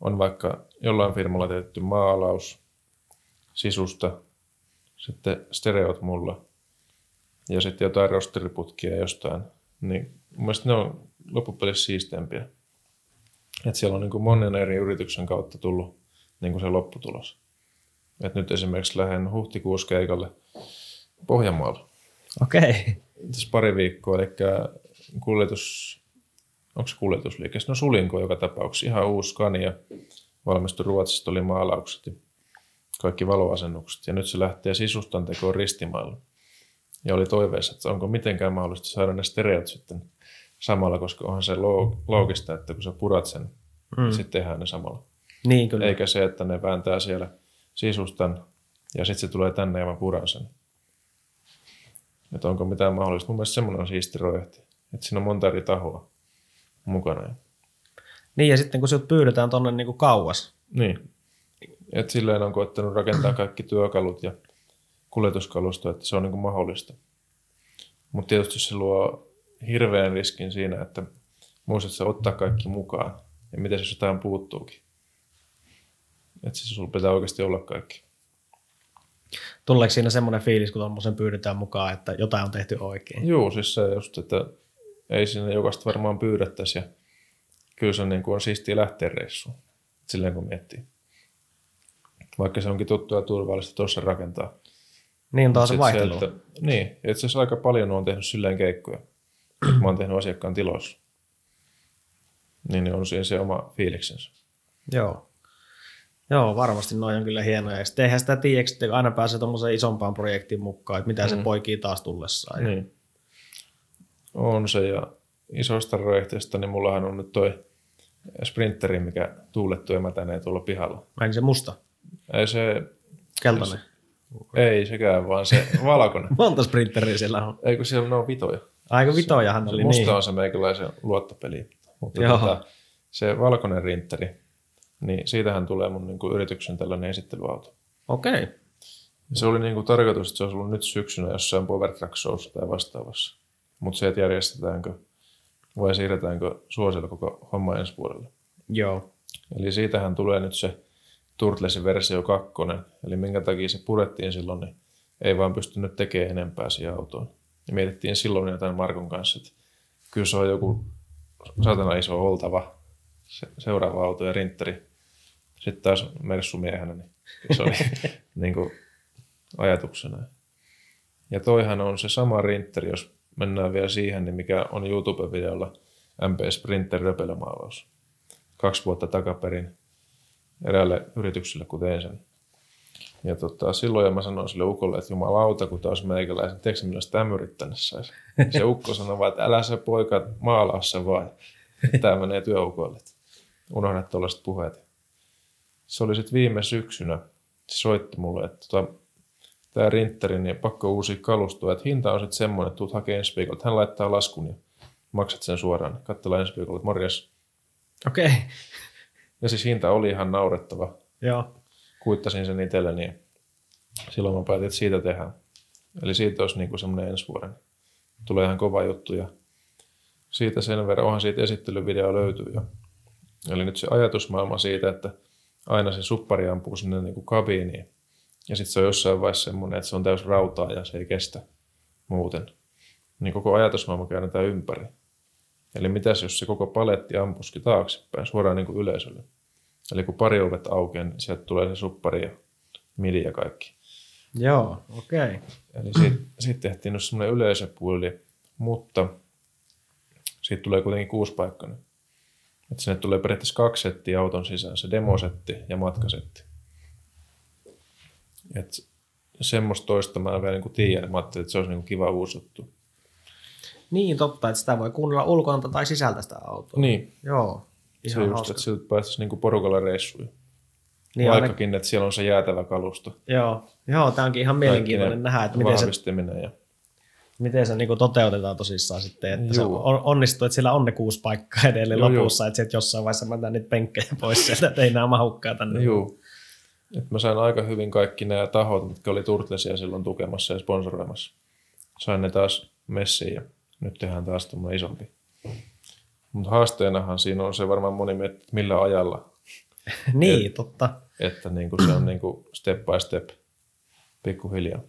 on vaikka jollain firmalla tehty maalaus sisusta, sitten stereot mulla ja sitten jotain rosteriputkia jostain. Niin mun mielestä ne on loppupelissä siisteempiä. Et siellä on niin kun monen eri yrityksen kautta tullut niin kun se lopputulos. Et nyt esimerkiksi lähden huhtikuussa keikalle Pohjanmaalle
Okei.
tässä pari viikkoa, eli kuljetus, onko se kuljetusliike? No sulinko joka tapauksessa, ihan uusi Scania, valmistui Ruotsista, oli maalaukset ja kaikki valoasennukset, ja nyt se lähtee sisustan tekoon ristimailla. Ja oli toiveessa, että onko mitenkään mahdollista saada ne stereot sitten samalla, koska onhan se loo- loogista, että kun sä purat sen, mm. sitten tehdään ne samalla.
Niin kyllä.
Eikä se, että ne vääntää siellä sisustan ja sitten se tulee tänne ja mä puran sen. Että onko mitään mahdollista. Mun mielestä semmoinen on siisti projekti. Että siinä on monta eri tahoa mukana.
Niin ja sitten kun sinut pyydetään tuonne niin kuin kauas.
Niin. Et silleen on koettanut rakentaa kaikki työkalut ja kuljetuskalusto, että se on niin mahdollista. Mutta tietysti se luo hirveän riskin siinä, että muistat sä ottaa kaikki mukaan. Ja miten se jotain puuttuukin. Että siis sulla pitää oikeasti olla kaikki.
Tuleeko siinä semmoinen fiilis, kun tuommoisen pyydetään mukaan, että jotain on tehty oikein?
Joo, siis se just, että ei sinne jokaista varmaan pyydettäisi ja kyllä se niin kuin on siistiä lähteä reissuun, silleen kun miettii. Vaikka se onkin tuttua ja turvallista tuossa rakentaa.
Niin on taas se
Sit
vaihtelu.
että, niin, itse asiassa aika paljon on tehnyt silleen keikkoja, että mä oon tehnyt asiakkaan tiloissa. Niin ne on siinä se oma fiiliksensä.
Joo. Joo, varmasti noin on kyllä hienoja. Ja sitten eihän sitä tiedä, sitten kun aina pääsee tuommoiseen isompaan projektiin mukaan, että mitä mm. se poikii taas tullessaan.
Niin. On se, ja isoista projekteista, niin mullahan on nyt toi sprinteri, mikä tuulettu ja mätänee tuolla pihalla.
Ai niin se musta,
Ei se,
keltainen.
ei sekään, vaan
[LAUGHS]
se valkoinen.
Monta sprinteriä siellä on.
Ei kun siellä ne on vitoja.
Aika vitojahan oli
Musta
niin.
on se meikäläisen luottopeli. Mutta
Joo.
tota, se valkoinen rintteri, niin siitähän tulee mun niin kuin yrityksen tällainen esittelyauto.
Okei. Okay.
Ja Se oli niin kuin tarkoitus, että se olisi ollut nyt syksynä jossain Power Track Showssa tai vastaavassa. Mutta se, että järjestetäänkö vai siirretäänkö suosilla koko homma ensi vuodelle.
Joo.
Eli siitähän tulee nyt se Turtlesin versio 2, eli minkä takia se purettiin silloin, niin ei vaan pystynyt tekemään enempää siihen autoon. Ja mietittiin silloin jotain Markon kanssa, että kyllä se on joku satana iso oltava se, seuraava auto ja rintteri. Sitten taas mersumiehenä, niin se oli niin kuin ajatuksena. Ja toihan on se sama rintteri, jos mennään vielä siihen, niin mikä on YouTube-videolla MP Sprinter röpelömaalaus kaksi vuotta takaperin eräälle yritykselle, kun tein sen. Ja tota, silloin ja mä sanoin sille ukolle, että jumalauta, kun taas meikäläisen, tiedätkö sä, millä sitä ämyrit tänne saisi? Se ukko sanoi vaan, että älä se poika maalaa se vaan. Tämä menee työukolle. että Unohda tuollaiset puheet. Se oli sitten viime syksynä. Se soitti mulle, että tota, tämä rintteri, niin pakko uusi kalustoa. Että hinta on sitten semmoinen, että tuut hakee ensi viikolla. Hän laittaa laskun ja maksat sen suoraan. Katsellaan ensi viikolla, että morjes,
Okei. Okay.
ja siis hinta oli ihan naurettava.
Joo.
Kuittasin sen itselleni ja silloin mä päätin, että siitä tehdään. Eli siitä olisi niin semmoinen ensi vuoden. Tulee ihan kova juttu ja siitä sen verran, onhan siitä esittelyvideo löytyy jo. Eli nyt se ajatusmaailma siitä, että aina se suppari ampuu sinne niin kuin kabiiniin. Ja sitten se on jossain vaiheessa semmoinen, että se on täys rautaa ja se ei kestä muuten. Niin koko ajatusmaailma käännetään ympäri. Eli mitäs jos se koko paletti ampuski taaksepäin suoraan niin kuin yleisölle? Eli kun pari ovet aukeaa, niin sieltä tulee se suppari ja midi ja kaikki.
Joo, okei. Okay.
Eli siitä,
Mm.
siitä tehtiin nyt semmoinen yleisöpuoli, mutta siitä tulee kuitenkin kuuspaikkainen. Et sinne tulee periaatteessa kaksi settiä auton sisään, se demosetti ja matkasetti. Et semmoista toista mä en vielä niin tiedä, mä ajattelin, että se olisi niin kiva uusi juttu.
Niin totta, että sitä voi kuunnella ulkoilta tai sisältä sitä autoa.
Niin,
Joo.
se
Ihan
on just,
hauska.
että siltä päästäisiin niinku porukalla reissuihin.
Niin
Niin
aina-
Vaikkakin, että siellä on se jäätävä kalusto.
Joo. Joo, tämä onkin ihan mielenkiintoinen
Kaikki ne
nähdä, että miten se,
vahvistiminen ja
miten se niinku toteutetaan tosissaan sitten, että Joo. se
Juu.
on- onnistuu, että siellä on ne kuusi paikkaa edelleen
Joo,
lopussa, että sieltä jossain vaiheessa mä otan niitä penkkejä pois sieltä, että ei nämä mahukkaa tänne.
Juu. Et mä sain aika hyvin kaikki nämä tahot, mitkä oli Turtlesia silloin tukemassa ja sponsoroimassa. Sain ne taas messiin ja nyt tehdään taas tämmöinen isompi. Mutta haasteenahan siinä on se varmaan moni miettii, että millä ajalla,
Niin, totta.
että niinku se on niinku step by step, pikkuhiljaa.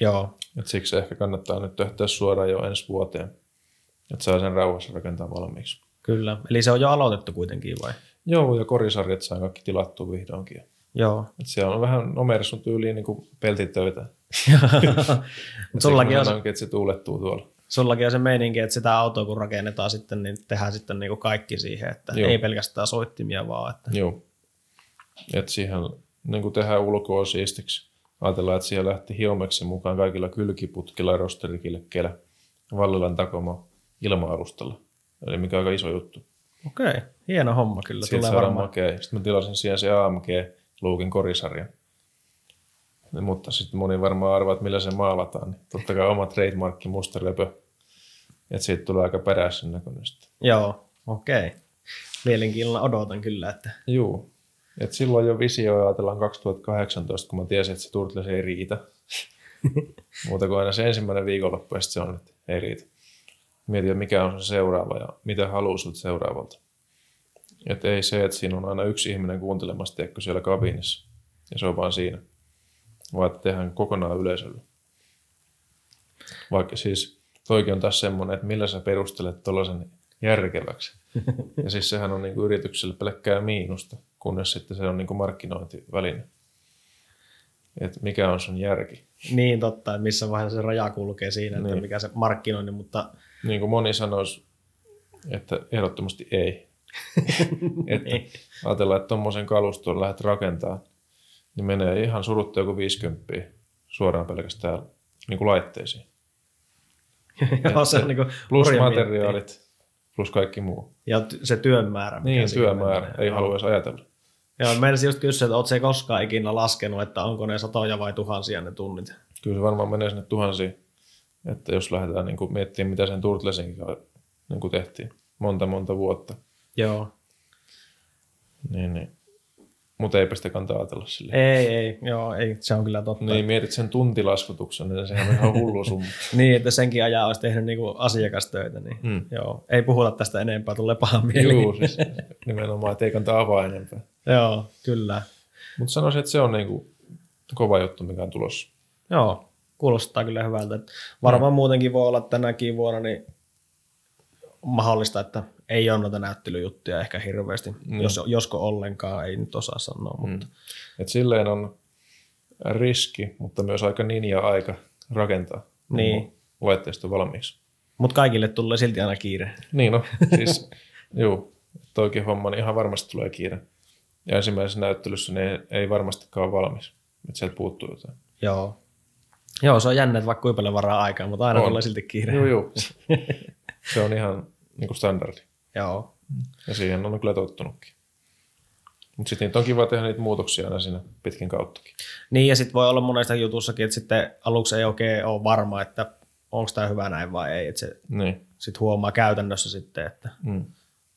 Joo.
Et siksi ehkä kannattaa nyt tehdä suoraan jo ensi vuoteen, että saa sen rauhassa rakentaa valmiiksi.
Kyllä. Eli se on jo aloitettu kuitenkin vai?
Joo, ja korisarjat saa kaikki tilattua vihdoinkin.
Joo.
[LAUGHS] Et siellä on vähän omersun tyyliin niinku peltitöitä.
Mutta sullakin on,
on... Onkin, että se tuulettuu tuolla.
sullakin on se meininki, että sitä autoa kun rakennetaan sitten, niin tehdään sitten niinku kaikki siihen, että Joo.
Joo.
ei pelkästään soittimia vaan. Että.
Joo. Et siihen niin kuin tehdään ulkoa siistiksi. Ajatellaan, että siihen lähti hiomeksi mukaan kaikilla kylkiputkilla, rosterikilkkeillä, Vallilan takoma ilma-alustalla. Eli mikä on aika iso juttu.
Okei, hieno homma kyllä.
Siitä
Tulee
saadaan
varmaan.
makea. Sitten mä tilasin siihen se AMG Luukin korisarjan. No, mutta sitten moni varmaan arvaa, että millä se maalataan. Niin totta kai oma trademarkki musta löpö. Että siitä tulee aika peräisen näköinen sitten.
Joo, okei. Mielenkiinnolla odotan kyllä, että
Joo. Et silloin jo visio ja ajatellaan 2018, kun mä tiesin, että se Turtles ei riitä. Muuta kuin aina se ensimmäinen viikonloppu, ja sit se on, että ei riitä. Mietin, että mikä on se seuraava ja mitä haluaa sulta seuraavalta. Et ei se, että siinä on aina yksi ihminen kuuntelemassa, tiedätkö, siellä kabinissa. Ja se on vaan siinä. Vaan että tehdään kokonaan yleisölle. Vaikka siis toikin on taas semmoinen, että millä sä perustelet tuollaisen järkeväksi. Ja siis sehän on niin kuin yritykselle pelkkää miinusta, kunnes sitten se on niin kuin markkinointiväline. Et mikä on sun järki.
niin totta, että missä vaiheessa se raja kulkee siinä, niin.
Niinku
että mikä se markkinointi, mutta
Niin kuin moni sanoisi, että ehdottomasti ei. että
Niin.
ajatellaan, että tuommoisen kaluston lähdet rakentaa, niin menee ihan surutta joku 50 suoraan pelkästään niin kuin laitteisiin.
Joo, se on niin [LAUGHS] kuin
[LAUGHS] Plus
hurja
materiaalit, plus kaikki muu.
mieli. Ja ty- se työn määrä. mikä
Niin,
siinä
työmäärä.
menee.
Ei halua edes ajatella.
Joo, meinasin just kysyä, että ootko se koskaan ikinä laskenut, että onko ne satoja vai tuhansia ne tunnit.
Kyllä se varmaan menee sinne tuhansiin, että jos lähdetään niin kuin miettimään, mitä sen Turtlesinkin niin kuin tehtiin monta monta vuotta.
Joo.
Niin, niin. Mutta eipä sitä kantaa ajatella silleen.
Ei, ei, joo, ei, se on kyllä totta.
Niin, mietit sen tuntilaskutuksen, niin sehän on ihan hullu summa.
Niin, että senkin ajan olisi tehnyt niinku asiakastöitä, niin
Mm.
joo, ei puhuta tästä enempää, tulee paha mieli.
Juu, siis nimenomaan, että ei kantaa avaa enempää.
[LAUGHS] Joo, kyllä.
Mutta sanoisin, että se on niinku kova juttu, mikä on tulossa.
Joo, kuulostaa kyllä hyvältä. Et Varmaan muutenkin voi olla että tänäkin vuonna niin mahdollista, että ei ole noita näyttelyjuttuja ehkä hirveästi, jos, josko ollenkaan, ei nyt osaa sanoa. Mutta.
Mm. Et silleen on riski, mutta myös aika ninja aika rakentaa
Niin.
laitteisto valmiiksi.
Mut kaikille tulee silti aina kiire.
Niin no, siis [LAUGHS] juu, toikin homma niin ihan varmasti tulee kiire. Ja ensimmäisessä näyttelyssä ne ei, ei varmastikaan ole valmis, että sieltä puuttuu jotain.
Joo. Joo, se on jännä, että vaikka kuinka paljon varaa aikaa, mutta aina
On.
on. tulee silti kiire.
Joo, joo. Se on ihan niinku standardi.
Joo.
Ja siihen on kyllä tottunutkin. Mutta sitten niitä on kiva tehdä niitä muutoksia aina siinä pitkin kauttakin.
Niin, ja sitten voi olla monesta jutussakin, että sitten aluksi ei oikein ole varma, että onko tämä hyvä näin vai ei. Että se
Niin.
sitten huomaa käytännössä sitten, että
Mm.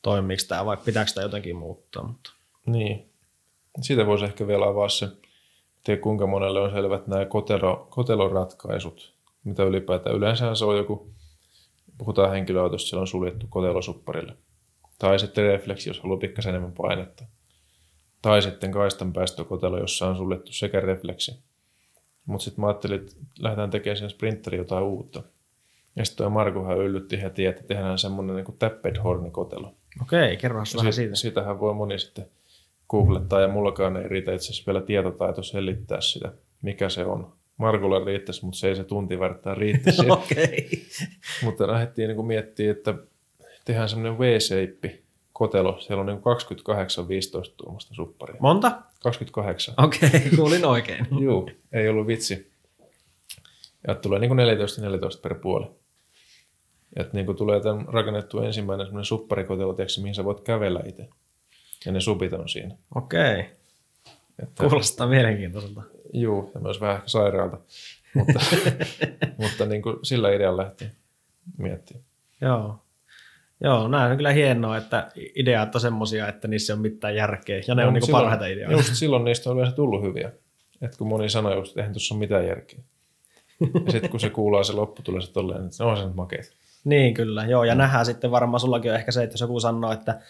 toimiiko tämä vai pitääkö tämä jotenkin muuttaa. Mutta.
Niin. Siitä voisi ehkä vielä avaa se, tiedä kuinka monelle on selvät nämä kotelo, koteloratkaisut, mitä ylipäätään. Yleensä se on joku, puhutaan henkilöautosta, siellä on suljettu kotelosupparille. Tai sitten refleksi, jos haluaa pikkasen enemmän painetta. Tai sitten kaistan päästökotelo, jossa on suljettu sekä refleksi. Mutta sitten mä ajattelin, että lähdetään tekemään sen sprinteri jotain uutta. Ja sitten Markuhan yllytti heti, että tehdään semmoinen niin tapped kotelo.
Okei, kerrohan vähän
Siit-
siitä.
Siitähän voi moni sitten googlettaa ja mullakaan ei riitä itse asiassa vielä tietotaito selittää sitä, mikä se on. Markulla riittäisi, mutta se ei se tunti vertaa riittäisi.
[LAUGHS] No. Okei.
mutta lähdettiin niin miettimään, että tehdään semmoinen V-shape kotelo. Siellä on niin 28 15 tuomasta supparia.
Monta?
28.
Okei, [LAUGHS] kuulin oikein.
Juu, ei ollut vitsi. Ja tulee niin 14-14 per puoli. Et niin kuin tulee tämän rakennettu ensimmäinen semmoinen supparikotelo, tiedätkö, mihin sä voit kävellä itse. Ja ne supit on siinä.
Okei,
Että,
kuulostaa mielenkiintoiselta.
juu, ja myös vähän ehkä sairaalta.
[LAUGHS]
Mutta, mutta niin kuin sillä idealla lähti miettimään.
Joo. Joo, nämä on kyllä hienoa, että ideat on semmosia, että niissä ei ole mitään järkeä. Ja ne
No,
on
mut
niinku
silloin-
parhaita ideoita.
Just silloin niistä on yleensä tullut hyviä. Et kun moni sanoi just, että eihän tuossa ole mitään järkeä. Ja sitten kun se kuulaa se lopputulos tolleen, että no on se nyt makeet.
Niin kyllä, joo.
Mm.
Ja nähdään sitten varmaan, sullakin on ehkä se, että jos joku sanoo, että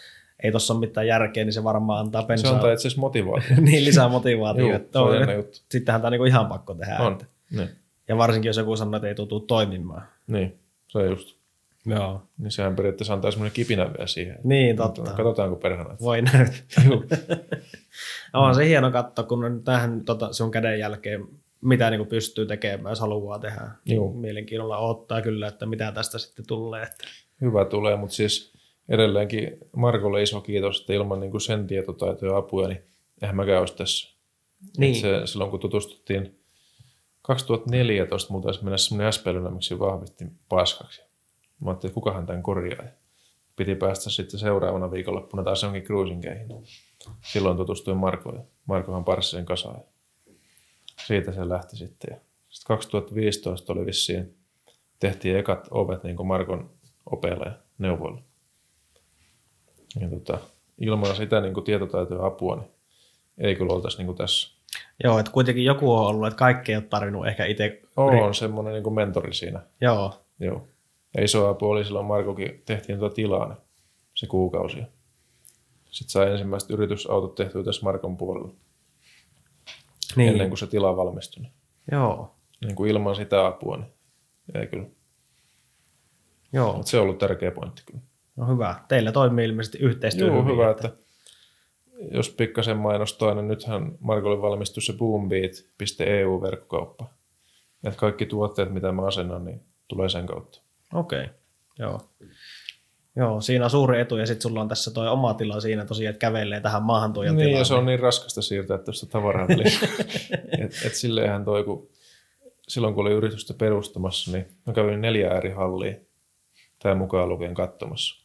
ei tuossa ole mitään järkeä, niin se varmaan antaa
Se
pensaa.
antaa itse asiassa motivaatiota.
[LAUGHS] niin lisää motivaatiota.
Joo,
Joo,
se on jännä juttu.
Sittenhän tämä on niinku ihan pakko tehdä.
On,
Että.
niin.
Ja varsinkin, jos joku sanoo, että ei tuntuu toimimaan.
Niin, se on just.
Joo.
Niin sehän periaatteessa antaa semmoinen kipinä vielä siihen.
Niin, totta.
Katsotaanko perhana.
Voi [LAUGHS] näyttää. on se hieno katto, kun tähän tota, sun käden jälkeen, mitä niinku pystyy tekemään, jos haluaa tehdä.
Joo.
Mielenkiinnolla odottaa kyllä, että mitä tästä sitten tulee. Että.
Hyvä tulee, mutta siis edelleenkin Markolle iso kiitos, että ilman niin kuin sen tietotaitoja ja apuja, niin eihän mäkään olisi tässä. Et Se, silloin kun tutustuttiin 2014, mulla taisi mennä semmoinen äspeilynä, miksi vahvisti paskaksi. Mä ajattelin, että kukahan tämän korjaa. Ja Piti päästä sitten seuraavana viikonloppuna taas jonkin cruisingeihin. Silloin tutustuin Markoon. ja Markohan parsi sen kasaan. Siitä se lähti sitten. Ja Sitten 2015 oli vissiin, tehtiin ekat ovet niin kuin Markon opeilla ja neuvoilla. Ja tota, ilman sitä niin kuin tietotaitoja ja apua, niin ei kyllä oltaisi niin kuin tässä.
Joo, että kuitenkin joku on ollut, että kaikki ei ole tarvinnut ehkä itse.
On, on semmoinen niin kuin mentori siinä.
Joo,
Joo. Ja iso apu oli silloin Markokin, tehtiin tuota tilaa niin se kuukausi. Sitten sai ensimmäiset yritysautot tehtyä tässä Markon puolella, niin. ennen kuin se tila valmistui. Niin,
Joo,
niin kuin ilman sitä apua, niin ei kyllä.
joo.
Mutta se on ollut tärkeä pointti kyllä.
No hyvä. Teillä toimii ilmeisesti yhteistyö
Joo,
hyvin,
hyvä, että jos pikkasen mainostaa, niin nythän Markolle valmistui se boombeat.eu-verkkokauppa. E Että kaikki tuotteet, mitä mä asennan, niin tulee sen kautta.
Okei, joo. Joo, siinä on suuri etu ja sitten sulla on tässä toi oma tila siinä tosiaan, että kävelee tähän maahantuojan
Niin,
tilaan.
ja se on niin raskasta siirtää tuosta tavaraa. et, et silleenhän toi, kun silloin kun oli yritystä perustamassa, niin mä kävin neljä ääri hallia tämä mukaan lukien katsomassa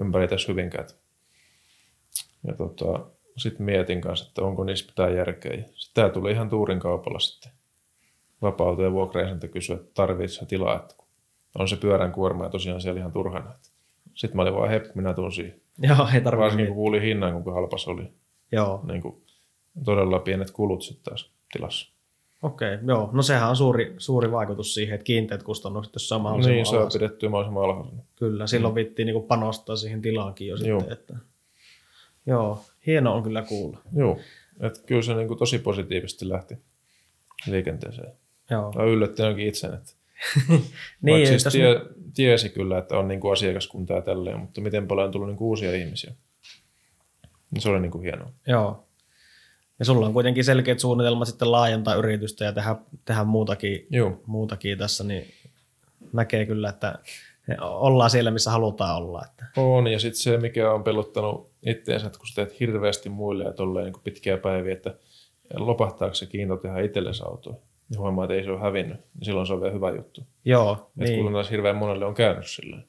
ympäri tässä hyvinkään. Ja tota, sitten mietin kanssa, että onko niissä pitää järkeä. Sitten tämä tuli ihan tuurin kaupalla sitten vapauteen vuokraiselta kysyä, että tarvitsetko tilaa, että kun on se pyörän kuorma ja tosiaan siellä ihan turhana. Sitten mä olin vaan hepp, minä tuun siihen.
[LAUGHS] Joo, ei tarvitse.
Varsinkin
Niin.
kun kuulin hinnan, kuinka halpa se oli
Joo,
niin kuin, todella pienet kulut sitten taas tilassa.
okei. Okay, joo, no sehän on suuri, suuri vaikutus siihen, että kiinteät kustannukset, jos se on mahdollisimman
Niin, saa
alhaalla.
pidettyä mahdollisimman alhaisena.
Kyllä, silloin vittiin niin panostaa siihen tilaankin jo sitten.
Joo.
Että... Joo, hieno on kyllä kuulla.
Joo, että kyllä se niin kuin, tosi positiivisesti lähti liikenteeseen.
Joo.
Mä yllättin ainakin itsen, että niin,
ei
vaikka siis
tässä
tie, tiesi kyllä, että on niin kuin asiakaskuntaa ja tälleen, mutta miten paljon on tullut niin kuin, uusia ihmisiä. Niin Se oli niin kuin hienoa.
Joo. Ja sulla on kuitenkin selkeät suunnitelmat sitten laajentaa yritystä ja tehdä, tehdä muutakin,
Joo,
muutakin tässä, niin näkee kyllä, että ollaan siellä, missä halutaan olla. Että.
on. Ja sitten se, mikä on pelottanut itteensä, että kun sä teet hirveästi muille ja tolleen niin kuin pitkiä päiviä, että lopahtaako se kiinto tehdä itsellesi autoa. Ja huomaa, että ei se ole hävinnyt. Niin silloin se on vielä hyvä juttu.
Joo,
Niin. Että kun
niin.
taas hirveän monelle on käynyt silleen.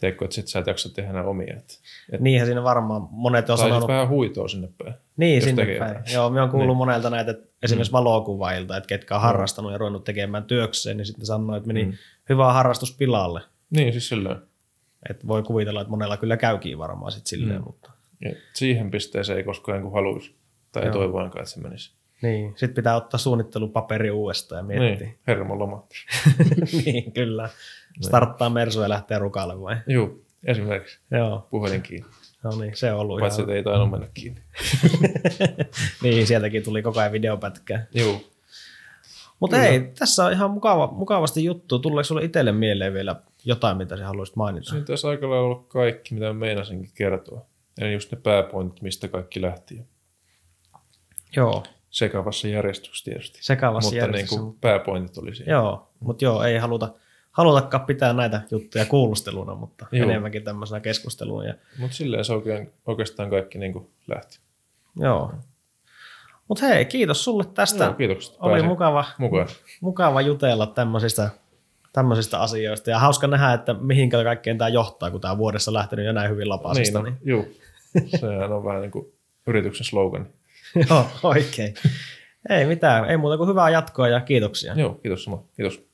Tiedätkö, että sit sä et jaksa tehdä enää omia. Et, et,
Niinhän siinä varmaan monet on
tai siis
sanonut.
sit vähän huitoa sinne päin.
Niin,
jos
sinne
tekee
päin.
jotain.
Joo, me on kuullut niin. monelta näitä että esimerkiksi valokuvailta, että ketkä on harrastanut ja ruvennut tekemään työkseen, niin sitten sanoo, että meni mm. hyvä harrastus pilalle.
Niin, siis silleen.
Et voi kuvitella, että monella kyllä käykin varmaan sitten silleen, mm. mutta...
Et siihen pisteeseen ei koskaan kun haluaisi. Tai ei toivo ainakaan, että se menisi.
Niin, sitten pitää ottaa suunnittelupaperi uudestaan ja [LAUGHS] miettiä.
Niin, hermoloma.
Niin, niin kyllä. Starttaa Mersu ja lähtee rukalle vai?
Joo, esimerkiksi
Joo,
puhelin kiinni.
no niin, se on ollut
Paitsi,
ihan...
että ei tainnut mennä kiinni.
niin, sieltäkin tuli koko ajan videopätkää.
Joo.
Mutta ei, tässä on ihan mukava, mukavasti juttu. Tuleeko sulle itselle mieleen vielä jotain, mitä sä haluaisit mainita?
Siinä taisi aika lailla olla kaikki, mitä mä meinasinkin kertoa. Eli just ne pääpointit, mistä kaikki lähti.
Joo, niinku-
Sekavassa järjestyksessä tietysti.
sekavassa
Mutta niin
järjestyksessä.
kuin pääpointit oli siinä.
Joo, mutta joo, ei haluta, halutakaan pitää näitä juttuja kuulusteluna, mutta joo.
Joo.
enemmänkin tämmöisenä keskusteluna. Ja,
Mutta silleen se oikein, oikeastaan kaikki niin kuin lähti.
joo. Mutta hei, kiitos sulle tästä.
Joo, kiitokset.
Oli
Pääsin
mukava,
mukaan.
mukava jutella tämmöisistä, tämmöisistä asioista. Ja hauska nähdä, että mihinkä kaikkeen tämä johtaa, kun tämä vuodessa lähtenyt jo näin hyvin lapasesta.
Niin, no, juu. [LAUGHS] Sehän on vähän niin kuin yrityksen slogan.
niin [LAUGHS] Joo, oikein. Ei mitään, ei muuta kuin hyvää jatkoa ja kiitoksia.
Joo, kiitos sama. Kiitos.